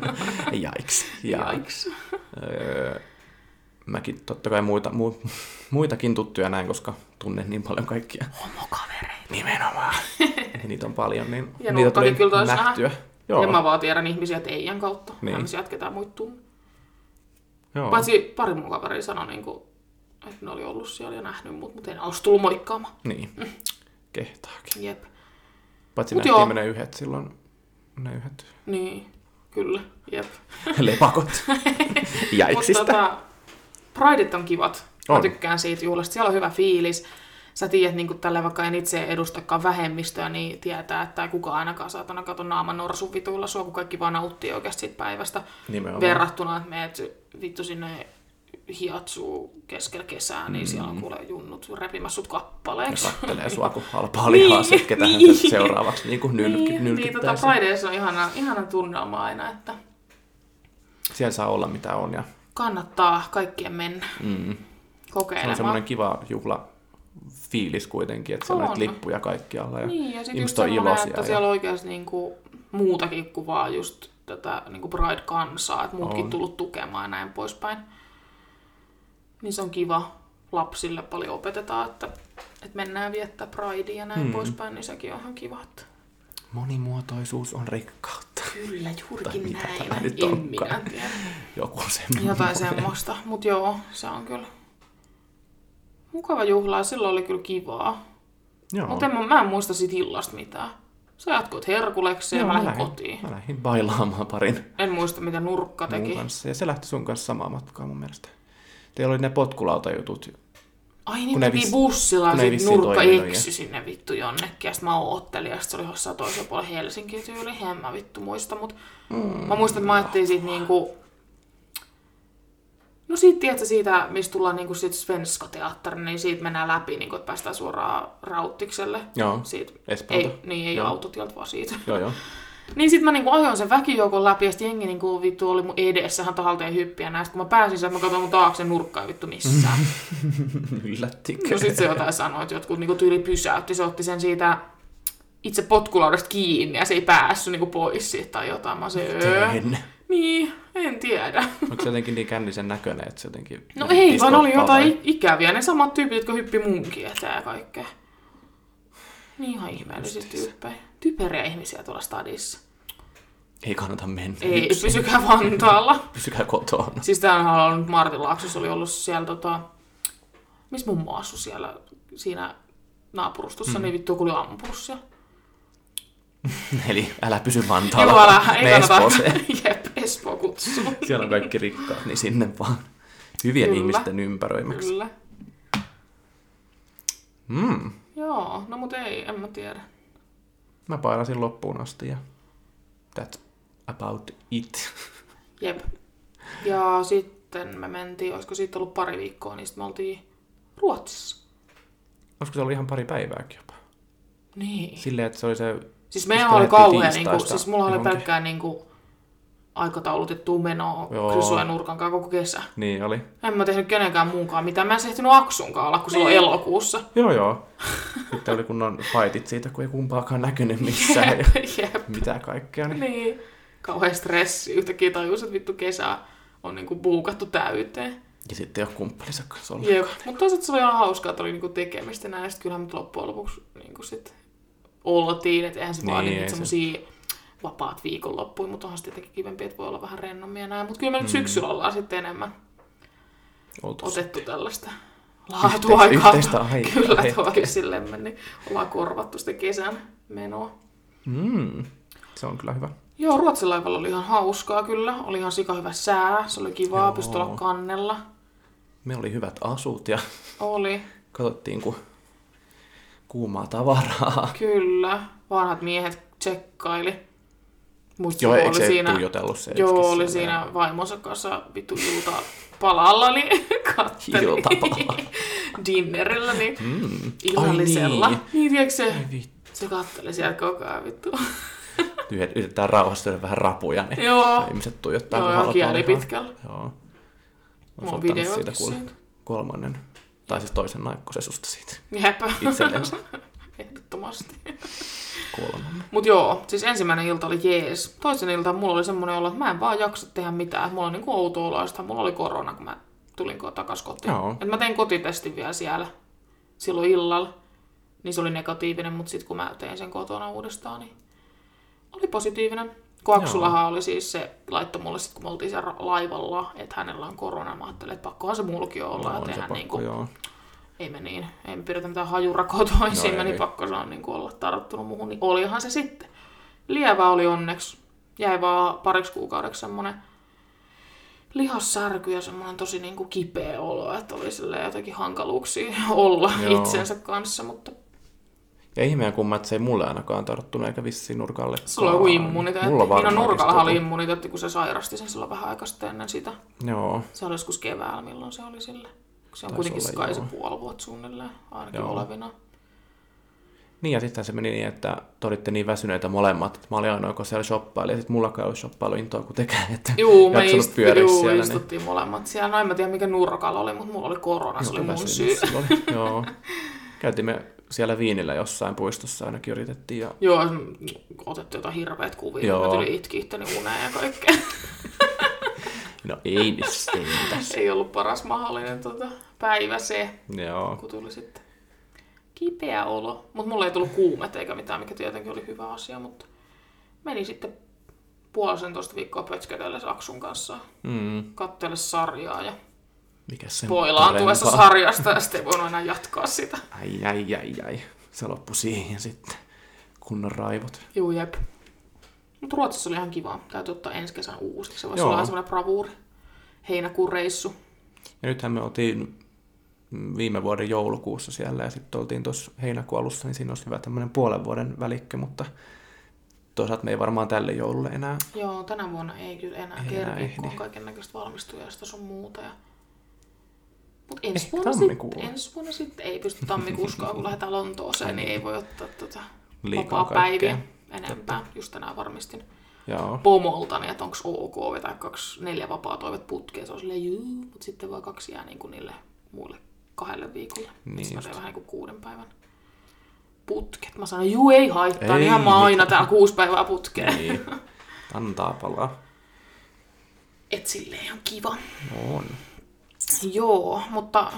B: jaiks. Ja,
A: Jaiks.
B: öö, mäkin totta kai muita, mu, muitakin tuttuja näin, koska tunnen niin paljon kaikkia.
A: Homokavereita.
B: Nimenomaan. niitä on paljon, niin
A: Ja
B: niitä
A: nurkkakin
B: tuli
A: kyllä taisi
B: nähtyä. Joo,
A: Ja mä vaan tiedän ihmisiä teidän kautta.
B: Niin.
A: Niin. Me jatketaan muittuun.
B: joo.
A: Paitsi pari mun kaveria sanoi, niin kuin, että ne oli ollut siellä ja nähnyt mut, mutta ei ne olisi tullut moikkaamaan.
B: Niin, kehtaakin.
A: Jep.
B: Paitsi
A: Mut
B: nähtiin
A: joo.
B: me ne yhdet silloin, ne yhdet
A: Niin, kyllä. Jep.
B: lepakot
A: Mutta
B: jäiksistä.
A: tota, Prideit on kivat. Mä
B: On.
A: tykkään siitä juhlasta. Siellä on hyvä fiilis. Sä tiedät, niin tällä vaikka en itse edustakaan vähemmistöä, niin tietää, että kuka ainakaan saatana kato naaman norsun vituilla sua, kun kaikki vaan nauttii oikeasti siitä päivästä.
B: Nimenomaan.
A: Verrattuna, että meet vittu sinne hiatsuu keskellä kesää, niin siellä
B: Mm.
A: on kuule junnut repimässä sut
B: Ne
A: kappaleeksi.
B: kattelee sua kuin halpaa lihaa, niin, ketä niin.
A: niin.
B: hän seuraavaksi niin kuin nylki,
A: niin, niin tota,
B: nylkittäisi.
A: Prideissa on ihana, ihana tunnelma aina, että
B: Siellä saa olla mitä on ja
A: kannattaa kaikkien mennä
B: mm, se on
A: kokeilemaan.
B: semmoinen kiva juhla fiilis kuitenkin, että siellä on
A: On.
B: näitä lippuja kaikkialla ja
A: Niin, ja sitten just
B: ihmiset on
A: semmoinen,
B: iloisia.
A: että
B: ja...
A: siellä oikeasti niinku muutakin kuin vaan just tätä niinku Pride-kansaa, että muutkin
B: On.
A: tullut tukemaan ja näin poispäin. Niin se on kiva. Lapsille paljon opetetaan, että, että mennään viettää Pridea ja näin
B: Mm.
A: mm. poispäin, niin sekin on ihan kiva. että
B: Monimuotoisuus on rikkautta.
A: Kyllä,
B: Tai
A: juurikin
B: mitä
A: näin.
B: tää nyt
A: En
B: onkaan.
A: minä tiedä.
B: Joku semmoinen.
A: Jotain semmoista. Mut joo, se on kyllä mukava juhla ja silloin oli kyllä kivaa.
B: Joo.
A: Mutta mä, mä en muista siitä illasta mitään. Sä jatkoit herkuleksi ja
B: Joo,
A: mä lähdin kotiin.
B: Mä lähdin bailaamaan parin
A: En muista, mitä nurkka
B: mun
A: teki.
B: kanssa. Ja se lähti sun kanssa samaa matkaa mun mielestä. Teillä oli ne potkulautajutut.
A: Ai niin,
B: Kun ei
A: me vii
B: vissi-
A: bussilla ja
B: kun ei
A: sit
B: vissiin
A: nurkka
B: toiminut,
A: eksy sinne vittu jonnekin. Ja sit mä oottelin ja sit se oli jossain toisella puolella Helsinkiä tyyli. En mä vittu muista, mut mm. mä muistan, että mä ajattelin siitä niinku... No siitä, tiedätkö, siitä, mistä tullaan niinku sit Svenska teatterin, niin siitä mennään läpi, niinku, että päästään suoraan rauttikselle.
B: Joo.
A: Siitä.
B: Espalta.
A: Ei, niin ei
B: Joo.
A: autotieltä, vaan siitä.
B: Joo, joo.
A: Niin sit mä niinku ajoin sen väkijoukon läpi ja sit jengi niinku vittu oli mun edessä ihan tahalteen hyppiä näistä. Kun mä pääsin sen, mä katsoin mun taakse nurkkaa ei vittu missään.
B: Yllättikö?
A: No sit se jotain sanoi, että jotkut niinku tyyli pysäytti, se otti sen siitä itse potkulaudasta kiinni ja se ei päässyt niinku pois siitä tai jotain. Mä se, öö,
B: Teen.
A: niin, en tiedä.
B: Onko se jotenkin niin kännisen näköinen, että se jotenkin...
A: No ei, vaan oli
B: kiskottaa
A: jotain
B: vai-
A: i- ikäviä. Ne samat tyypit, jotka hyppi munkin eteen ja kaikkea. Niin ihan ihmeellisiä tyyppejä. Typeriä ihmisiä tuolla stadissa.
B: Ei kannata mennä.
A: Ei,
B: Yksin.
A: pysykää Vantaalla.
B: Pysykää No kotona.
A: Siis tämähän on ollut Martin Laaksossa, oli ollut siellä tota... Missä mummo asui siellä siinä naapurustossa, mm. niin vittu kun oli ampunut siellä.
B: Eli älä pysy Vantaalla.
A: Joo, älä, ei
B: Ne
A: kannata.
B: Espooseen.
A: Jep, Espoo kutsuu.
B: Siellä on kaikki rikkaat, niin sinne vaan. Hyvien
A: Kyllä.
B: ihmisten ympäröimäksi.
A: Kyllä.
B: Mm.
A: Joo, no mut ei, en mä tiedä.
B: Mä painasin loppuun asti ja that's about it.
A: Jep. Ja sitten me mentiin, olisiko siitä ollut pari viikkoa, niin sitten me oltiin Ruotsissa.
B: Olisiko se ollut ihan pari päivääkin jopa?
A: Niin.
B: Silleen, että se oli se...
A: Siis
B: Mistä
A: meillä oli
B: lähdettiin
A: kauhean, niinku,
B: tiistaista
A: siis mulla oli
B: johonkin?
A: pelkkää niinku, aikataulutettua menoa
B: Joo.
A: Krysujen nurkan kanssa koko kesä.
B: Niin oli.
A: En mä tehnyt kenenkään muunkaan mitään. Mä en ehtinyt Aksunkaan olla, kun se on elokuussa.
B: Joo, joo. Sitten oli kunnon fightit siitä, kun ei kumpaakaan näkynyt missään ja
A: Jep.
B: mitä kaikkea. Niin.
A: Niin. Kauhean stressi. Yhtäkkiä tajus, että vittu kesä on niinku buukattu täyteen.
B: Ja sitten ei ole kumppaninsa kanssa ollut.
A: Jep. Mutta toisaalta se oli ihan hauskaa, että oli niinku tekemistä näin. Sitten kyllähän mut loppujen lopuksi niinku sit oltiin. Että eihän se niin, vaan
B: Niin,
A: niin
B: ei se-
A: niitä semmosia vapaat viikonloppuja, mutta onhan se tietenkin kivempi, että voi olla vähän rennommin ja näin. Mutta kyllä me nyt syksyllä ollaan sitten enemmän
B: Oltu
A: otettu tällaista laatuaikaa.
B: yhteistä aikaa.
A: Kyllä, tuokin sillemme, niin ollaan korvattu sitä kesän menoa.
B: Mm. Se on kyllä hyvä.
A: Joo, Ruotsin laivalla oli ihan hauskaa kyllä. Oli ihan sika hyvä sää, se oli kivaa,
B: Joo.
A: pystyi olla kannella.
B: Me oli hyvät asut ja
A: Oli,
B: katsottiin ku kuumaa tavaraa.
A: kyllä. Vanhat miehet tsekkaili. Muistin,
B: Joo,
A: kun
B: eikö
A: oli
B: se
A: siinä...
B: tuijotellut se
A: Joo,
B: hetki
A: oli
B: siellä?
A: siinä vaimonsa kanssa vittu ilta palalla, niin katteli.
B: Iltapalalla.
A: Dinnerillä, niin
B: Mm. Ai
A: illallisella.
B: niin.
A: niin. tiedätkö se,
B: Ai vittu.
A: se katteli siellä koko ajan vittu.
B: yhdet- yritetään rauhassa syödä vähän rapuja, niin
A: Joo.
B: ja ihmiset tuijottaa. niin
A: Joo,
B: kun
A: joo,
B: halutaan
A: kieli
B: lihaa.
A: pitkällä.
B: Joo.
A: Mulla on
B: soittanut
A: videokin
B: kuule
A: siitä.
B: Kolmannen, tai siis toisen naikkosesusta siitä
A: Jep.
B: itsellensä.
A: Ehdottomasti.
B: Kolmannen.
A: Mut joo, siis ensimmäinen ilta oli jees. Toisen ilta mulla oli semmoinen olo, että mä en vaan jaksa tehdä mitään. Mulla on niinku outo olo, ja sit mulla oli korona, kun mä tulin ko- takas kotiin.
B: Joo.
A: Et mä tein kotitestin vielä siellä silloin illalla. Niin se oli negatiivinen, mutta sitten kun mä tein sen kotona uudestaan, niin oli positiivinen. Koaksulahan oli siis se, laittoi mulle sitten, kun me oltiin siellä ra- laivalla, että hänellä on korona. Mä ajattelin, että pakkohan se mullakin on olla.
B: No,
A: No,
B: on se
A: tehdä
B: pakko,
A: niin kuin,
B: joo.
A: ei me niin, ei me pidetä mitään hajurakoa toisiimme,
B: ei.
A: niin pakko se on niin olla tarttunut muuhun, niin olihan se sitten. Lievä oli onneksi, jäi vaan pariksi kuukaudeksi semmoinen lihassärky ja semmoinen tosi niin kuin kipeä olo, että oli silleen jotenkin hankaluuksia olla
B: Joo.
A: Joo. itsensä kanssa, mutta
B: Ja ihmeen kumma, että se ei mulle ainakaan tarttunut, eikä vissiin nurkalle.
A: sulla on joku immuniteetti.
B: Mulla
A: Minun
B: varmaan tota-
A: nurkalla oli
B: oli.
A: immuniteetti, kun se sairasti sen silloin vähän aikaa sitten ennen sitä.
B: Joo,
A: Se oli joskus keväällä, milloin se oli sille. Se on
B: Taisi
A: kuitenkin
B: olla,
A: kai se
B: joo.
A: puoli vuotta suunnilleen, ainakin
B: Joo.
A: olevina.
B: Niin ja sitten se meni niin, että te olitte niin väsyneitä molemmat, että mä olin ainoa, kun siellä shoppaili, ja sitten mullakaan ei ollut shoppailuintoa kuin tekään, että
A: Juu, me
B: jaksanut
A: istu,
B: pyöriä
A: juu,
B: siellä, niin
A: istuttiin molemmat siellä. No en mä tiedä, mikä nurkalla oli, mutta mulla oli korona, se oli
B: joku
A: mun
B: väsymys
A: syy.
B: silloin. Joo. Käytiin me siellä viinillä jossain puistossa ainakin yritettiin, ja
A: Joo, otettiin jotain hirveät kuvia. Joo.
B: Joo.
A: Mä tulin itki itteni uneen ja kaikkea.
B: no ei nyt siitä.
A: Ei ollut paras mahdollinen tota, päivä se,
B: Joo,
A: kun tuli sitten kipeä olo. Mutta mulla ei tullut kuumet eikä mitään, mikä tietenkin oli hyvä asia, mutta meni sitten puolisentoista viikkoa pötsketelle Aksun kanssa.
B: mm,
A: Kattele sarjaa ja
B: mikä se
A: poilaantuessa
B: parempaa?
A: sarjasta ja sitten ei voinut enää jatkaa sitä.
B: Ai, ai, ai, ai. Se loppui siihen sitten. Kunnon raivot.
A: Juu, jep. Mutta Ruotsissa oli ihan kiva. Täytyy ottaa ensi kesän uusiksi. Se voisi
B: Joo.
A: olla vähän semmoinen bravuuri. Heinäkuun reissu.
B: Ja nythän me oltiin viime vuoden joulukuussa siellä ja sitten oltiin tuossa heinäkuun alussa, niin siinä olisi hyvä tämmöinen puolen vuoden välikkö, mutta toisaalta me ei varmaan tälle joululle enää.
A: Joo, tänä vuonna ei kyllä enää
B: Ei enää
A: kerkeä, kun on
B: ehdi.
A: kaiken näköistä valmistujasta sun muuta. Ja... Mutta ensi,
B: Ehkä
A: vuonna
B: tammikuulla.
A: sitten, ensi vuonna sitten ei pysty tammikuuskaan, kun lähdetään Lontooseen, niin ei voi ottaa tota
B: Liikaa
A: vapaa päiviä
B: kaikkea.
A: enempää. Just tänään varmistin
B: Joo.
A: pomoltani, että onko ok vetää kaksi, neljä vapaa toivet putkeen. Se on silleen juu, mutta sitten vaan kaksi jää niin kuin niille muille kahdelle viikolle.
B: Niin
A: Niin sitten mä
B: just.
A: teen vähän niin kuin kuuden päivän putket. Mä sanoin, juu ei haittaa,
B: Ei
A: ei, niinhän mä oon
B: mitään.
A: aina täällä kuusi päivää putkeen. Ei.
B: Niin. Antaa palaa.
A: Et silleen ihan kiva.
B: On.
A: Joo, mutta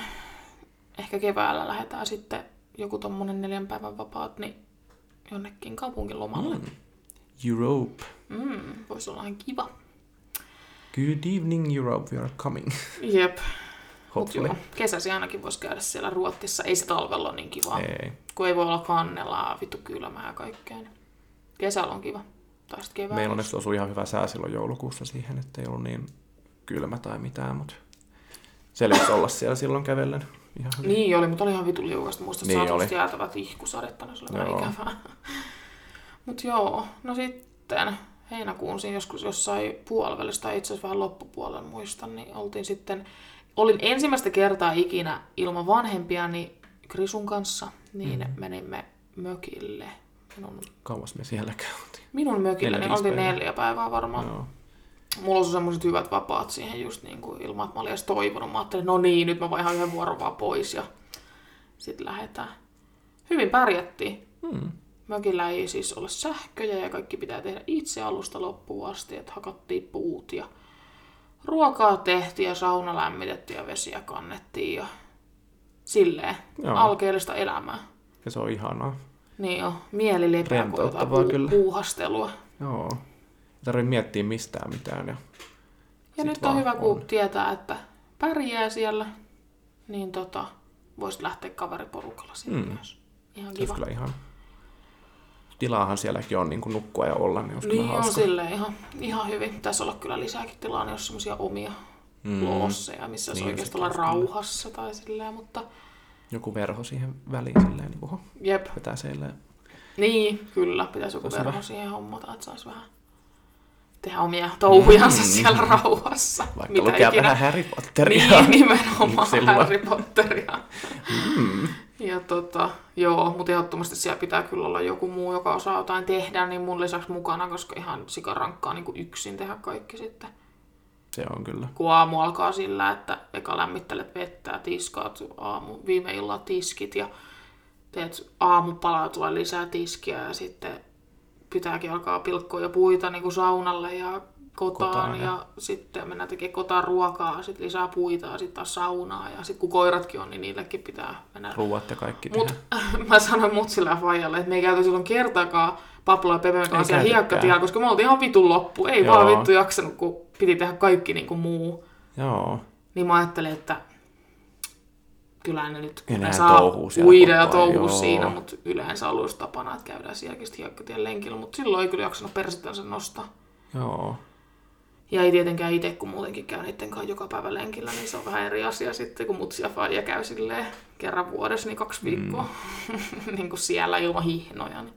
A: ehkä keväällä lähdetään sitten joku tommonen neljän päivän vapaat, niin jonnekin kaupunkilomalle. Mm.
B: Europe.
A: Mm, voisi olla ihan kiva.
B: Good evening Europe, we are coming.
A: Jep. Mut
B: Hopefully.
A: joo, kesäsi ainakin voisi käydä siellä Ruotsissa. Ei se talvella ole niin kivaa, ei.
B: Ei.
A: kun ei voi olla kannelaa, vittu kylmää ja kaikkea. niin Kesällä on kiva. Tai sitten keväällä.
B: Meillä onneksi osui ihan hyvä sää silloin joulukuussa siihen, ettei ollut niin kylmä tai mitään, mutta selvisi olla siellä silloin kävellen. Ihan hyvin.
A: Niin oli, mutta oli ihan vitu liukasta. Muista
B: Niin
A: niin
B: oli.
A: saatosta jäätävät ihkusadetta, niin se oli vähän
B: Joo.
A: ikävää. Mut joo, no sitten heinäkuun siinä joskus jossain puolivälissä tai itse asiassa vähän loppupuolella muistan, niin oltiin sitten, olin ensimmäistä kertaa ikinä ilman vanhempiani Krisun kanssa,
B: Mm.
A: niin mm-hmm. menimme mökille. Minun
B: Kauas me siellä käytiin.
A: Minun mökillä
B: Neljä,
A: niin
B: viisi
A: oltiin
B: päivää.
A: neljä päivää varmaan. Joo.
B: Joo.
A: Mulla on semmoiset hyvät vapaat siihen just niin kuin ilman, että mä olin edes toivonut. Mä ajattelin, no niin, nyt mä vaihan yhden vuoron vaan pois ja sitten lähdetään. Hyvin pärjättiin.
B: Hmm.
A: Mökillä ei siis ole sähköjä ja kaikki pitää tehdä itse alusta loppuun asti, että hakattiin puut ja ruokaa tehtiin ja sauna lämmitettiin ja vesiä kannettiin ja silleen
B: Joo.
A: alkeellista elämää.
B: Ja se on ihanaa.
A: Niin joo, mieli lepää, kun jotain
B: Rentouttavaa kyllä.
A: puu- puuhastelua.
B: Joo. Ei tarvitse miettiä mistään mitään. Ja...
A: Ja
B: Sit
A: nyt
B: vaan
A: on hyvä, kun
B: on.
A: tietää, että pärjää siellä, niin tota, voisit lähteä kaveriporukalla sinne
B: Mm.
A: mm. myös. Ihan
B: Se olisi
A: kiva.
B: kyllä ihan... Tilaahan sielläkin on niin kuin nukkua ja olla, niin olisi
A: Niin
B: kyllä
A: on
B: hauska.
A: silleen ihan, ihan hyvin. Tässä olla kyllä lisääkin tilaa, niin jos semmoisia omia
B: Mm.
A: mm. losseja, missä niin,
B: Niin,
A: oikeasti
B: sekin
A: olla
B: olisi kyllä.
A: rauhassa tai silleen, mutta
B: Joku verho siihen väliin silleen, niin oho,
A: jep.
B: vetää silleen.
A: Niin, kyllä, pitäisi joku
B: Se olisi
A: verho siihen hommata, että saisi vähän tehdä omia touhujansa mm. siellä rauhassa.
B: Vaikka lukee
A: ikinä.
B: vähän Harry Potteria.
A: Niin, nimenomaan
B: Silloin.
A: Harry Potteria. Mm. Ja tota, joo, mutta ehdottomasti siellä pitää kyllä olla joku muu, joka osaa jotain tehdä, niin mun lisäksi mukana, koska ihan sikarankkaa niin kuin yksin tehdä kaikki sitten.
B: Se on kyllä.
A: Kun aamu alkaa sillä, että eka lämmittelet vettä ja tiskaat aamu, viime illalla tiskit ja teet aamupalaa, tulee lisää tiskiä ja sitten pitääkin alkaa pilkkoa ja puita niin kuin saunalle ja kotaan,
B: Kotaan,
A: kotaan
B: ja-
A: ja, sitten mennään tekemään kotaan ruokaa, sitten lisää puita ja sitten taas saunaa ja sitten kun koiratkin on, niin niillekin pitää mennä
B: Ruuat ja kaikki
A: Mut
B: tehdä.
A: mä sanoin mutsille ja faijalle, että me ei käyty silloin kertaakaan Pablo ja Pepen kanssa siellä
B: käytykään.
A: hiekkatiellä, koska me oltiin ihan vitun loppu. Ei
B: Joo.
A: Joo. vaan vittu jaksanut, kun piti tehdä kaikki niin kuin muu.
B: Joo.
A: Niin mä ajattelin, että kyllä ne nyt
B: Ja
A: ne
B: nehän
A: saa
B: touhuu siellä
A: uida ja
B: koko ajan,
A: touhuu
B: joo.
A: siinä, mutta yleensä on ollut tapana, että käydään sielläkin sitten hiekkatien lenkillä, mutta silloin ei kyllä jaksanut persettänsä nostaa.
B: Joo.
A: Ja ei tietenkään itse, kun muutenkin käy niiden kanssa joka päivä lenkillä, niin se on vähän eri asia sitten, kun mutsi ja faija käy silleen kerran vuodessa, niin kaksi
B: Mm.
A: viikkoa niin kuin siellä ilman hihnoja. Niin.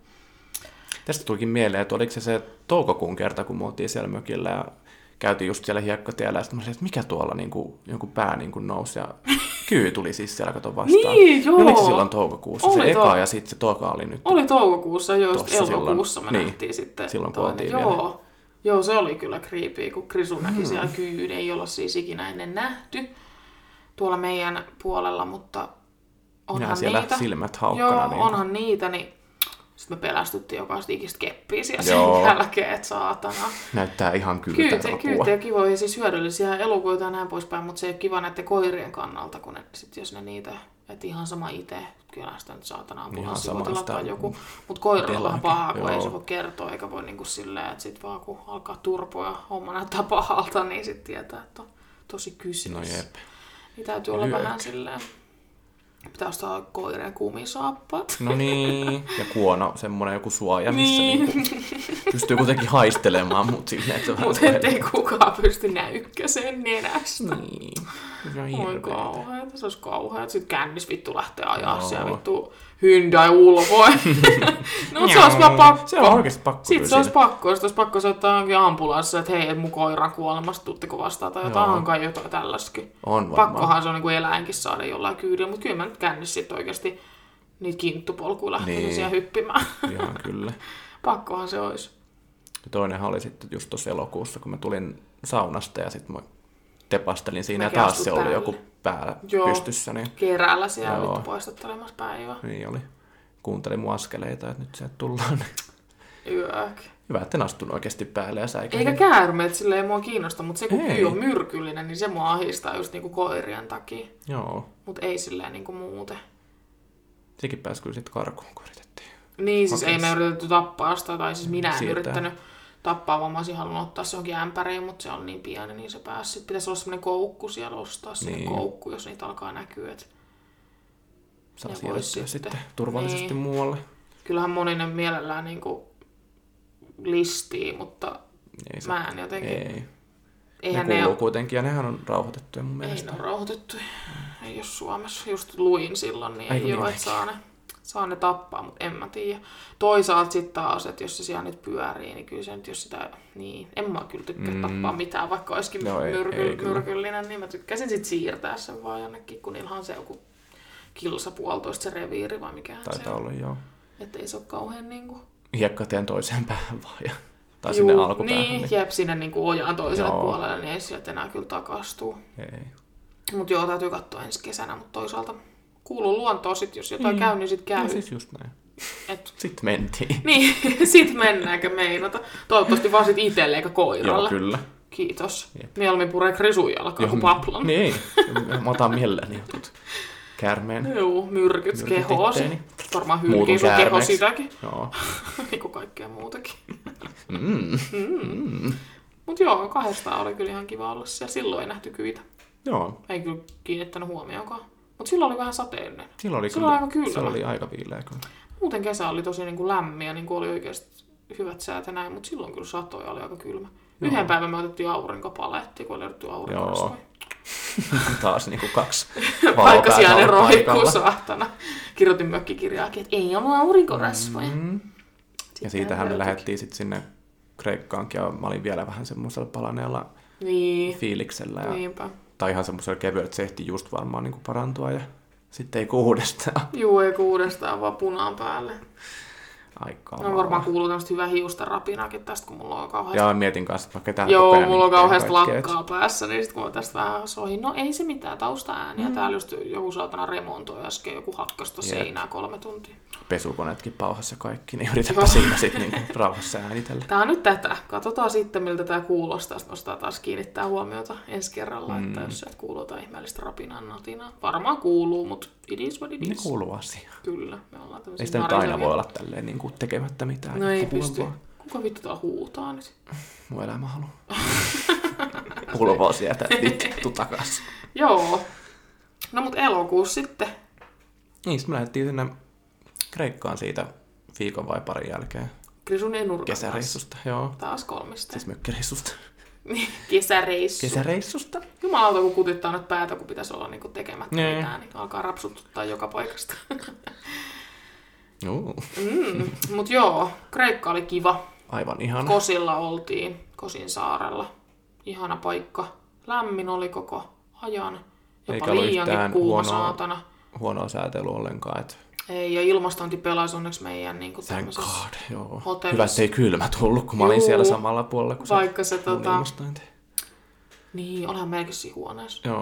B: Tästä tulikin mieleen, että oliko se se toukokuun kerta, kun me oltiin siellä mökillä ja käytiin just siellä hiekkatiellä, ja sitten mä olin, että mikä tuolla niin kuin, jonkun pää niin kuin nousi, ja kyy tuli siis siellä kato vastaan.
A: Niin, joo.
B: Oliko se silloin toukokuussa? Oli se
A: Oli
B: eka
A: touko-
B: ja sitten se toka oli nyt.
A: Oli toukokuussa, joo, just
B: Tossa silloin.
A: elokuussa me
B: Niin.
A: niin. nähtiin sitten.
B: Silloin, kun
A: toinen.
B: oltiin vielä. Hmm.
A: joo. joo, se oli kyllä creepy, kun Krisu näki siellä kyyn, ei olla siis ikinä ennen nähty tuolla meidän puolella, mutta onhan
B: ja siellä
A: niitä.
B: silmät haukkana.
A: Joo,
B: niin,
A: onhan niitä, niin sitten me pelästyttiin jokaista ikistä keppiä siellä
B: Joo.
A: sen jälkeen, että saatana.
B: Näyttää ihan kyltä
A: Kyytä,
B: elokuvaa.
A: kyytä ja kivoja, siis hyödyllisiä elokuvia ja näin poispäin, mutta se ei ole kiva näiden koirien kannalta, kun ne, sit jos ne niitä, että ihan sama itse, kyllä sitä nyt saatana
B: Ihan
A: ambulan
B: sama
A: sivotella
B: sitä
A: tai joku, mutta koiralla on vähän
B: tehdäänkin,
A: pahaa, kun ei
B: joo.
A: se voi kertoa, eikä voi niinku silleen, että sit vaan kun alkaa turpoa ja homma näyttää pahalta, niin sitten tietää, että on tosi kysyys.
B: No jep.
A: Niin täytyy olla
B: Lyökö.
A: vähän silleen, pitää ostaa koireen kumisaappaat.
B: No niin, ja kuono, semmoinen joku suoja, missä
A: Niin.
B: niin. niinku pystyy kuitenkin haistelemaan, mutta silleen, että se vähän
A: Mutta ettei kukaan pysty näykkäseen nenästä.
B: Niin, se
A: Voi
B: on hirveetä.
A: kauheeta, se olisi kauheeta. Sitten kännis vittu lähtee ajaa
B: Joo.
A: no. siellä vittu hyndä ulvoin. no mut se olisi vaan pakko.
B: Se on oikeasti pakko kyllä
A: Sitten se olisi
B: siinä.
A: pakko, sit olisi pakko soittaa johonkin ambulanssissa, että hei, et mun koira on kuolemassa, tuutteko vastaan tai jotain,
B: Joo.
A: on kai jotain tällaistakin.
B: On varmaan.
A: Pakkohan se on niinku eläinkin saada jollain kyydillä, mutta kyllä mä nyt kännis sitten oikeasti niitä kinttupolkuja lähtisin
B: Niin.
A: niin. siellä hyppimään.
B: Ihan kyllä.
A: Pakkohan se olisi.
B: Ja toinenhan oli sitten just tuossa elokuussa, kun mä tulin saunasta ja sitten mä tepastelin siinä ja
A: Mäkin
B: taas
A: astun
B: se oli
A: päälle.
B: joku päällä Joo.
A: Joo.
B: pystyssä, niin,
A: Keräällä siellä
B: Joo.
A: vittu poistattelemassa päivä.
B: niin oli. Kuuntelin mun askeleita, että nyt sieltä tullaan.
A: Yök.
B: Hyvä, etten astunut oikeasti päälle ja säikähdin.
A: Eikä käärmeet sille ei mua kiinnosta, mutta se kun
B: Niin. Ei.
A: kyy on myrkyllinen, niin se mua ahistaa just niinku koirien takia.
B: Joo,
A: Mutta ei silleen niinku muuten.
B: sekin pääsi kyllä sitten karkuun, kun yritettiin.
A: Niin siis
B: Okei.
A: ei me yritetty tappaa sitä, tai siis minä en
B: Siirtää.
A: Siirtää. yrittänyt tappaa, vaan mä olisin halunnut ottaa se johonkin ämpäriin, mutta se on niin pieni, niin se pääsi. Sitten pitäisi olla semmoinen koukku siellä, ostaa sinne
B: Niin.
A: niin. koukku, jos niitä alkaa näkyä. Et
B: Saa
A: Ne vois
B: siirrettyä sitten
A: sitten.
B: turvallisesti
A: Niin.
B: muualle.
A: kyllähän moninen mielellään niinku listii, mutta
B: Ei saa.
A: mä en jotenkin... Ei.
B: Niin Ei. Ne
A: Eihän ne, ne
B: kuuluu kuitenkin ja nehän on rauhoitettuja mun
A: Ei no, ne
B: mielestä.
A: ole rauhoitettu. Ei ole Suomessa. Just luin silloin, niin
B: Eikö
A: ei ole,
B: minäkin?
A: että saa ne, saa ne tappaa, mutta en mä tiedä. Toisaalta sitten taas, että jos se siellä nyt pyörii, niin kyllä se nyt, jos sitä... Niin, en mä kyllä tykkää
B: Mm.
A: mm. tappaa mitään, vaikka olisikin
B: Joo,
A: no,
B: ei-
A: myrky,
B: ei kyllä.
A: myrkyllinen, niin mä tykkäsin sitten siirtää sen vaan jonnekin, kun niillähän on se joku kilsa puolitoista se reviiri vai mikä se
B: Taitaa
A: on.
B: olla, joo.
A: Että ei se ole kauhean niinku...
B: Hiekkateen toiseen päähän vaan. Ja... Tai sinne
A: Juu,
B: alkupäähän.
A: Niin, jep, sinne niinku ojaan toiselle
B: Joo.
A: puolelle, niin ei sieltä enää kyllä takastuu.
B: Ei.
A: Mutta joo, täytyy katsoa ensi kesänä, mutta toisaalta kuuluu luontoon sit, jos jotain käy, niin sit käy.
B: No siis just näin.
A: Et,
B: Sitten mentiin.
A: niin, sit mennäänkö meinata. Toivottavasti vaan sit itelle eikä koiralle.
B: Joo, kyllä.
A: Kiitos.
B: Jep.
A: Mieluummin puree krisun jalkaa kuin paplon.
B: Niin, ei. mä otan mielelläni jotut kärmeen.
A: Joo, myrkyt,
B: Myrkyt
A: kehoosi.
B: itteeni.
A: Varmaan
B: Muutun
A: hylkii sun keho
B: käärmeeksi.
A: sitäkin.
B: Joo.
A: niin kuin kaikkea muutakin.
B: Mm.
A: Mut joo, kahdesta oli kyllä ihan kiva olla siellä. Silloin ei nähty kyitä.
B: Joo.
A: Ei kyllä kiinnittänyt huomioonkaan. Mut silloin oli vähän sateinen.
B: Silloin oli,
A: Silloin aika
B: kyllä,
A: kylmä.
B: silloin oli aika viileä kyllä.
A: Muuten kesä oli tosi niin kuin lämmin ja niin kuin oli oikeasti hyvät säät ja näin, mutta silloin kyllä satoi ja oli aika kylmä. Joo. Yhden päivän me otettiin aurinkopaletti, kun oli löydetty aurinkorasvoja.
B: Taas niinku kaksi
A: Vaikka
B: valopäätä
A: siellä ne
B: oli
A: roikkuu
B: paikalla.
A: saatana. Kirjoitin mökkikirjaakin, että ei ollut aurinkorasvoja. Mm.
B: Mm. Ja siitähän me lähdettiin sitten sinne Kreikkaankin ja mä olin vielä vähän semmoisella palaneella
A: Niin,
B: fiiliksellä. Ja,
A: niinpä.
B: Tai ihan semmoisella kevyellä, että se ehti just varmaan niinku parantua ja Sitten ei kuudestaan.
A: Juu, ei kuudestaan, vaan punaan päälle.
B: Aikaa.
A: No varmaan kuuluu tämmöistä hyvää hiusta rapinaakin tästä, kun mulla on kauheasti...
B: Joo, mietin kanssa, että mä ketään koko
A: Joo,
B: ajan niin
A: mulla on
B: itkee
A: kauheasti
B: kaikkea, et-
A: lakkaa päässä, niin sit kun mä tästä vähän soihin, no ei se mitään taustaääniä. Mm. Täällä just joku saatana remontoi äsken, joku hakkas tuossa
B: Jep.
A: seinää kolme tuntia.
B: Pesukoneetkin pauhassa kaikki, niin yritäpä
A: Joo.
B: siinä sitten niinku rauhassa äänitellä.
A: Tää on nyt tätä. Katsotaan sitten, miltä tämä kuulostaa. Sitten osataan taas kiinnittää huomiota ensi kerralla, mm. että jos sieltä kuuluu jotain ihmeellistä rapinan natinaa. Varmaan kuuluu, mutta it is what it
B: Ne
A: is.
B: kuuluu asiaan.
A: Kyllä, me ollaan tämmöisiä
B: Ei sitä nyt aina
A: narriseviä.
B: voi olla tälleen niin kuin tekemättä mitään.
A: No ei
B: että puhua
A: pysty.
B: vaan.
A: Kuka vittu tuolla huutaa nyt?
B: Mun elämä haluaa. Pulvoa sieltä, että vittu takas.
A: Joo. No mut elokuussa sitten.
B: Niin, sitten me lähdettiin sinne Kreikkaan siitä viikon vai parin jälkeen.
A: Krisun enurkan kanssa.
B: Kesäreissusta, joo.
A: Taas kolmista.
B: Siis mökkireissusta.
A: Niin, Kesäreissu. Kesä...
B: Kesäreissusta?
A: Jumalauta, kun kutittaa nyt päätä, kun pitäisi olla niinku tekemättä
B: Niin.
A: mitään, niin alkaa rapsuttaa joka paikasta.
B: Juu,
A: mm. Mut joo, Kreikka oli kiva.
B: aivan ihana.
A: Kosilla oltiin, Kosin saarella. Ihana paikka. Lämmin oli koko ajan. Jopa
B: Eikä
A: Eikä
B: ollut
A: liiankin
B: yhtään
A: kuuma
B: huonoa.
A: saatana.
B: Huonoa säätelyä ollenkaan, että
A: Ei, ja ilmastointi pelasi onneksi meidän niin kuin
B: thank god, joo.
A: hotellissa.
B: Hyvä, ettei kylmä tullut, kun mä olin
A: Juu.
B: siellä samalla puolella kuin
A: Vaikka se
B: mun
A: tota-
B: ilmastointi.
A: Niin, olihan meilläkin siinä huoneessa.
B: Joo,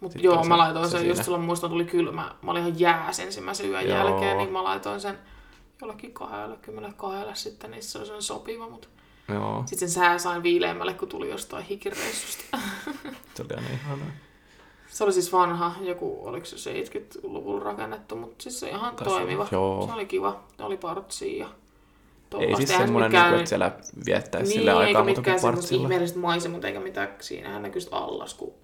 A: Mutta
B: Sitten
A: joo,
B: se-
A: mä laitoin
B: se
A: sen,
B: siinä.
A: just silloin muistan tuli kylmä. Mä olin ihan jääs ensimmäisen yön
B: Joo.
A: joo. jälkeen, niin mä laitoin sen jollakin 22 sitten, niin se oli sellainen sopiva, mutta
B: joo.
A: sitten sen sää sain viileämmälle, kun tuli jostain hikireissusta.
B: Se oli aina ihanaa.
A: se oli siis vanha, joku, oliko se 70-luvulla rakennettu, mutta siis se ihan
B: Taisi
A: toimiva.
B: olla, joo.
A: Se oli kiva, se oli partsia ja
B: Ei siis
A: tuollaista. Eihän se
B: semmoinen,
A: mikään-
B: niin että siellä viettäisi
A: niin,
B: sille aikaa
A: eikä
B: muuta kuin
A: mitkään semmoiset
B: partsilla.
A: ihmeelliset maisemat, eikä mitään. Siinähän näkyy sit allas, kun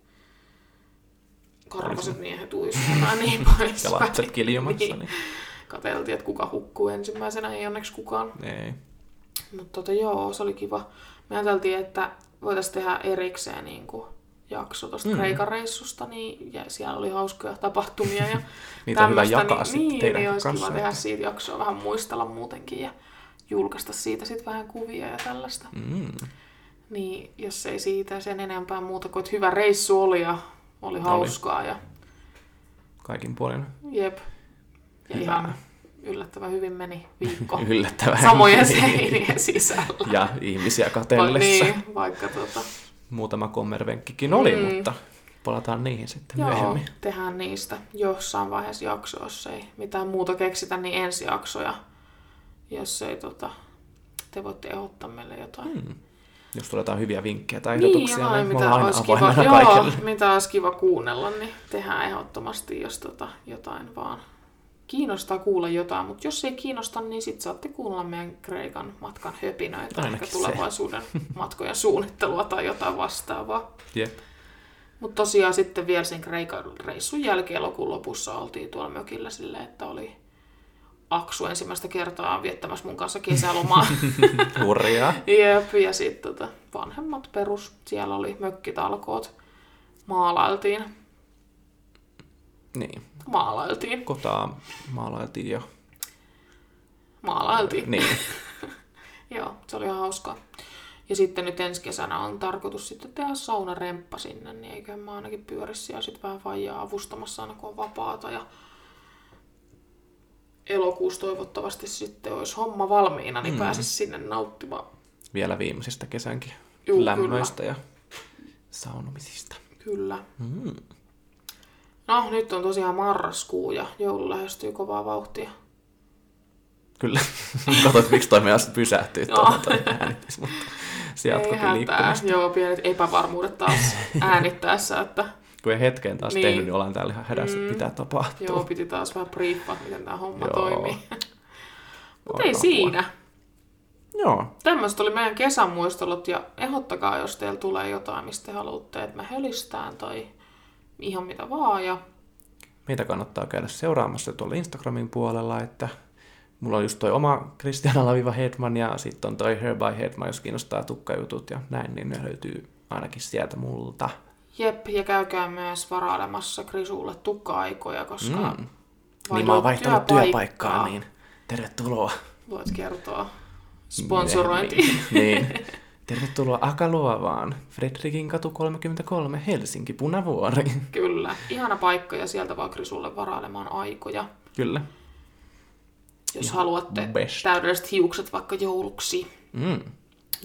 A: karvaset miehet uistumaan niin pois.
B: Ja lapset kiljumassa, niin.
A: Kateltiin, että kuka hukkuu ensimmäisenä, ei onneksi kukaan.
B: niin- Ei.
A: Mutta tota, joo, se oli kiva. Me ajateltiin, että voitaisiin tehdä erikseen niin kuin jakso tuosta mm. Kreikan reissusta, niin ja siellä oli hauskoja tapahtumia ja
B: Niitä on hyvä
A: tämmöstä,
B: jakaa
A: niin,
B: sitten
A: niin,
B: teidänkin
A: niin olisi
B: kanssa,
A: kiva tehdä
B: että-
A: siitä jaksoa, vähän muistella muutenkin ja julkaista siitä sitten vähän kuvia ja tällaista.
B: Mm.
A: Niin, jos ei siitä sen enempää muuta kuin, että hyvä reissu oli ja oli hauskaa ja
B: Kaikin puolin
A: jep. Ja
B: Hyvä.
A: ihan yllättävän hyvin meni viikko
B: yllättävää. Niin.
A: samojen seinien sisällä.
B: Ja ihmisiä
A: Va-
B: katellessa.
A: niin, vaikka tota,
B: Muutama kommervenkkikin oli, mm. mutta palataan niihin sitten Joo.
A: joo,
B: myöhemmin.
A: tehdään niistä jossain vaiheessa jakso, jos ei mitään muuta keksitä, niin ensi jaksoja, jos ei tota, te voitte ehdottaa meille jotain.
B: Hmm.
A: Mm.
B: Jos tulee jotain hyviä vinkkejä tai
A: Niin,
B: ehdotuksia,
A: jotain,
B: niin me
A: mitä
B: ollaan aina
A: olisi kiva,
B: avoimena
A: joo,
B: kaikille.
A: mitä olisi kiva kuunnella, niin tehdään ehdottomasti, jos tota, jotain vaan kiinnostaa kuulla jotain, mutta jos ei kiinnosta, niin sitten saatte kuunnella meidän Kreikan matkan höpinöitä,
B: Ainakin
A: ehkä
B: se.
A: tulevaisuuden matkojen suunnittelua tai jotain vastaavaa.
B: Jep.
A: Mutta tosiaan sitten vielä sen Kreikan reissun jälkeen elokuun lopussa oltiin tuolla mökillä silleen, että oli Aksu ensimmäistä kertaa viettämässä mun kanssa kesälomaa.
B: Hurjaa.
A: Jep, ja sitten tota, vanhemmat perus, siellä oli mökkitalkoot. Maalailtiin,
B: Niin,
A: maalailtiin,
B: kotaa maalailtiin jo.
A: maalailtiin.
B: Niin,
A: Joo, se oli ihan hauskaa. Ja sitten nyt ensi kesänä on tarkoitus sitten tehdä saunaremppa sinne, niin eiköhän mä ainakin pyörisi siellä sitten vähän vaijaa avustamassa aina kun on vapaata. Ja elokuussa toivottavasti sitten olisi homma valmiina, niin mm. pääsisi sinne nauttimaan.
B: vielä viimeisistä kesänkin
A: Juu,
B: lämmöistä ja saunomisista.
A: Kyllä. Mm. No, nyt on tosiaan marraskuu ja joulu lähestyy kovaa vauhtia.
B: Kyllä. Katsot, miksi toi meidän pysähtyy
A: Joo.
B: tuohon toi äänitys, mutta se jatkoi
A: Ei
B: kyllä
A: hätää.
B: liikkumista.
A: Joo, pienet epävarmuudet taas äänittäessä, että
B: Kun ei hetkeen taas
A: Niin. Mm.
B: niin. tehnyt, niin ollaan täällä ihan hädässä, että pitää tapahtua.
A: Joo, piti taas vähän briiffaa, miten tämä homma
B: Joo.
A: toimii. Mutta
B: Voi
A: ei
B: apua.
A: siinä.
B: Joo,
A: Tämmöiset oli meidän kesämuistelut ja ehdottakaa, jos teillä tulee jotain, mistä te haluatte, että me hölistään tai ihan mitä vaan. Ja
B: meitä kannattaa käydä seuraamassa tuolla Instagramin puolella, että mulla on just toi oma Kristiana-Hedman ja sitten on toi Her by Hedman, jos kiinnostaa tukkajutut ja näin, niin ne löytyy ainakin sieltä multa.
A: jep, ja käykää myös varailemassa Krisulle tukka-aikoja, koska mm.
B: niin mä oon vaihtanut työpaikkaa, niin tervetuloa.
A: Voit kertoa sponsorointi.
B: Myöhemmin. niin. Tervetuloa Akaluovaan, Fredrikin katu 33, Helsinki, Punavuori.
A: Kyllä. Kyllä, ihana paikka ja sieltä vaan Krisulle varailemaan aikoja.
B: Kyllä.
A: Jos haluatte
B: best.
A: täydelliset hiukset vaikka jouluksi,
B: Mm.
A: niin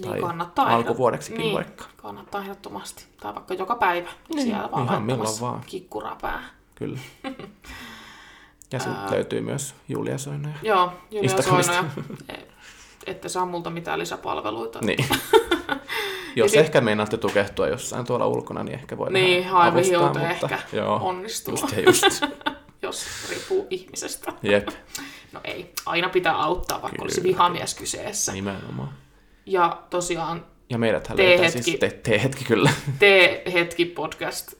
B: Tai
A: kannattaa... ehdot-
B: alkuvuodeksikin
A: niin,
B: vaikka.
A: Kannattaa ehdottomasti. Tai vaikka joka päivä. Niin, siellä vaan
B: ihan milloin
A: laittamassa
B: vaan.
A: Kikkuraa päähän.
B: Kyllä. Ja sitten löytyy myös Julia Soinoja.
A: Joo, Julia
B: Instagramista.
A: Soinoja. E- Ette saa multa mitään lisäpalveluita.
B: Niin. Jos ehkä meinaatte tukehtua jossain tuolla ulkona, niin ehkä voi
A: Niin,
B: vähän
A: haivihiouto
B: avustaa, mutta
A: ehkä
B: joo,
A: onnistuu.
B: Just, ja just.
A: Jos riippuu ihmisestä.
B: Jep,
A: No ei, aina pitää auttaa, vaikka
B: Kyllä. Niin.
A: olisi vihamies kyseessä.
B: nimenomaan.
A: Ja tosiaan
B: Ja meidäthän
A: Tee
B: löytää
A: hetki.
B: siis te, te hetki kyllä.
A: tee hetki podcast.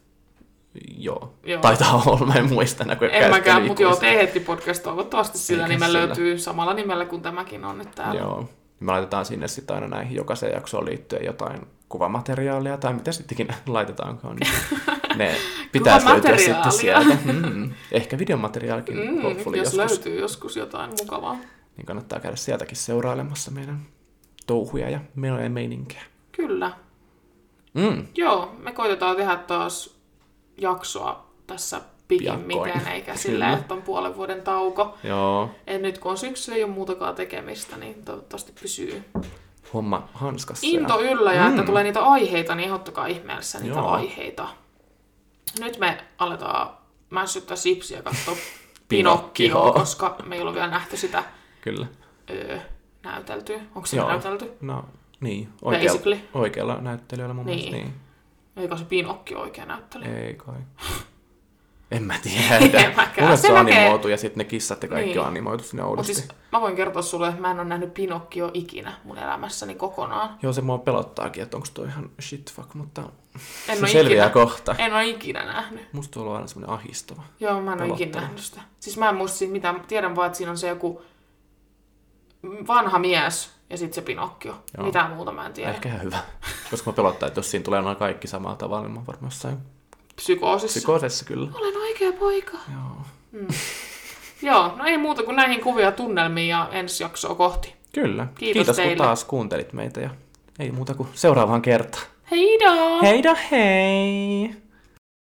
B: joo.
A: Joo.
B: Taitaa olla, mä en muista enää, kun
A: En
B: kädet
A: mäkään, mutta joo,
B: liikkuu
A: tee hetki podcast toivottavasti sillä
B: Eikä
A: nimellä
B: sillä.
A: löytyy samalla nimellä kuin tämäkin on nyt
B: siellä.
A: täällä.
B: Joo. Me laitetaan sinne sitten aina näihin jokaiseen jaksoon liittyen jotain kuvamateriaalia tai mitä sittenkin laitetaankaan. Niin ne pitäisi löytyä sitten
A: Kuvamateriaalia.
B: sieltä. Mm, ehkä videomateriaalikin mm,
A: Mm,
B: hopefully
A: jos
B: joskus.
A: löytyy joskus jotain mukavaa.
B: Niin kannattaa käydä sieltäkin seurailemassa meidän touhuja ja menoja ja meininkiä.
A: Kyllä.
B: Mm,
A: Joo, me koitetaan tehdä taas jaksoa tässä pikimmiten,
B: Piakkoin.
A: eikä
B: Kyllä.
A: sillä, että on puolen vuoden tauko.
B: joo.
A: Et nyt kun on syksy, ei ole muutakaan tekemistä, niin toivottavasti pysyy
B: Homma hanskassa. ja-
A: into yllä ja että
B: Mm.
A: tulee niitä aiheita, niin ehdottakaa ihmeessä niitä
B: Joo.
A: aiheita. Nyt me aletaan mässyttää sipsiä ja katsoa
B: Pinokkioa.
A: Pinokkioa, koska me ei ole vielä nähty sitä
B: Kyllä.
A: öö, näyteltyä. Onko se
B: Joo.
A: näytelty?
B: No, niin.
A: Basically.
B: Oikealla, oikealla näyttelijällä mun
A: Niin.
B: niin. mielestä.
A: Eikö se Pinokki oikein näyttely?
B: Niin. Ei kai. En mä tiedä.
A: En mäkään.
B: Mun mielestä
A: Se
B: se on
A: näkee-
B: animoitu ja sitten ne kissat ja kaikki
A: Niin.
B: niin. on animoitu sinne
A: Mut
B: oudosti.
A: siis
B: Siis...
A: mä voin kertoa sulle, että mä en ole nähnyt Pinokkio ikinä mun elämässäni kokonaan.
B: Joo, se mua pelottaakin, että onko toi ihan shit fuck, mutta
A: En
B: se
A: ole
B: selviää
A: ikinä,
B: kohta.
A: en ole ikinä nähnyt.
B: Musta tuolla on aina semmoinen ahistava.
A: Joo, mä en ole ikinä
B: Pelottava.
A: nähnyt sitä. Siis mä en muista siitä mitään. Tiedän vaan, että siinä on se joku vanha mies ja sitten se Pinokkio. Joo.
B: Joo.
A: Mitään muuta mä en tiedä.
B: Ehkä ihan hyvä. Koska mä pelottaa, että jos siinä tulee noin kaikki samalla tavalla, niin mä oon varmaan jossain
A: Psykoosissa.
B: psykoosessa kyllä.
A: Olen oikea poika.
B: Joo.
A: Joo, no ei muuta kuin näihin kuvia tunnelmiin ja ensi jaksoa kohti.
B: Kyllä.
A: Kiitos
B: Kiitos
A: teille.
B: kun taas kuuntelit meitä ja ei muuta kuin seuraavaan kertaan.
A: Hei Ida!
B: Heida hei!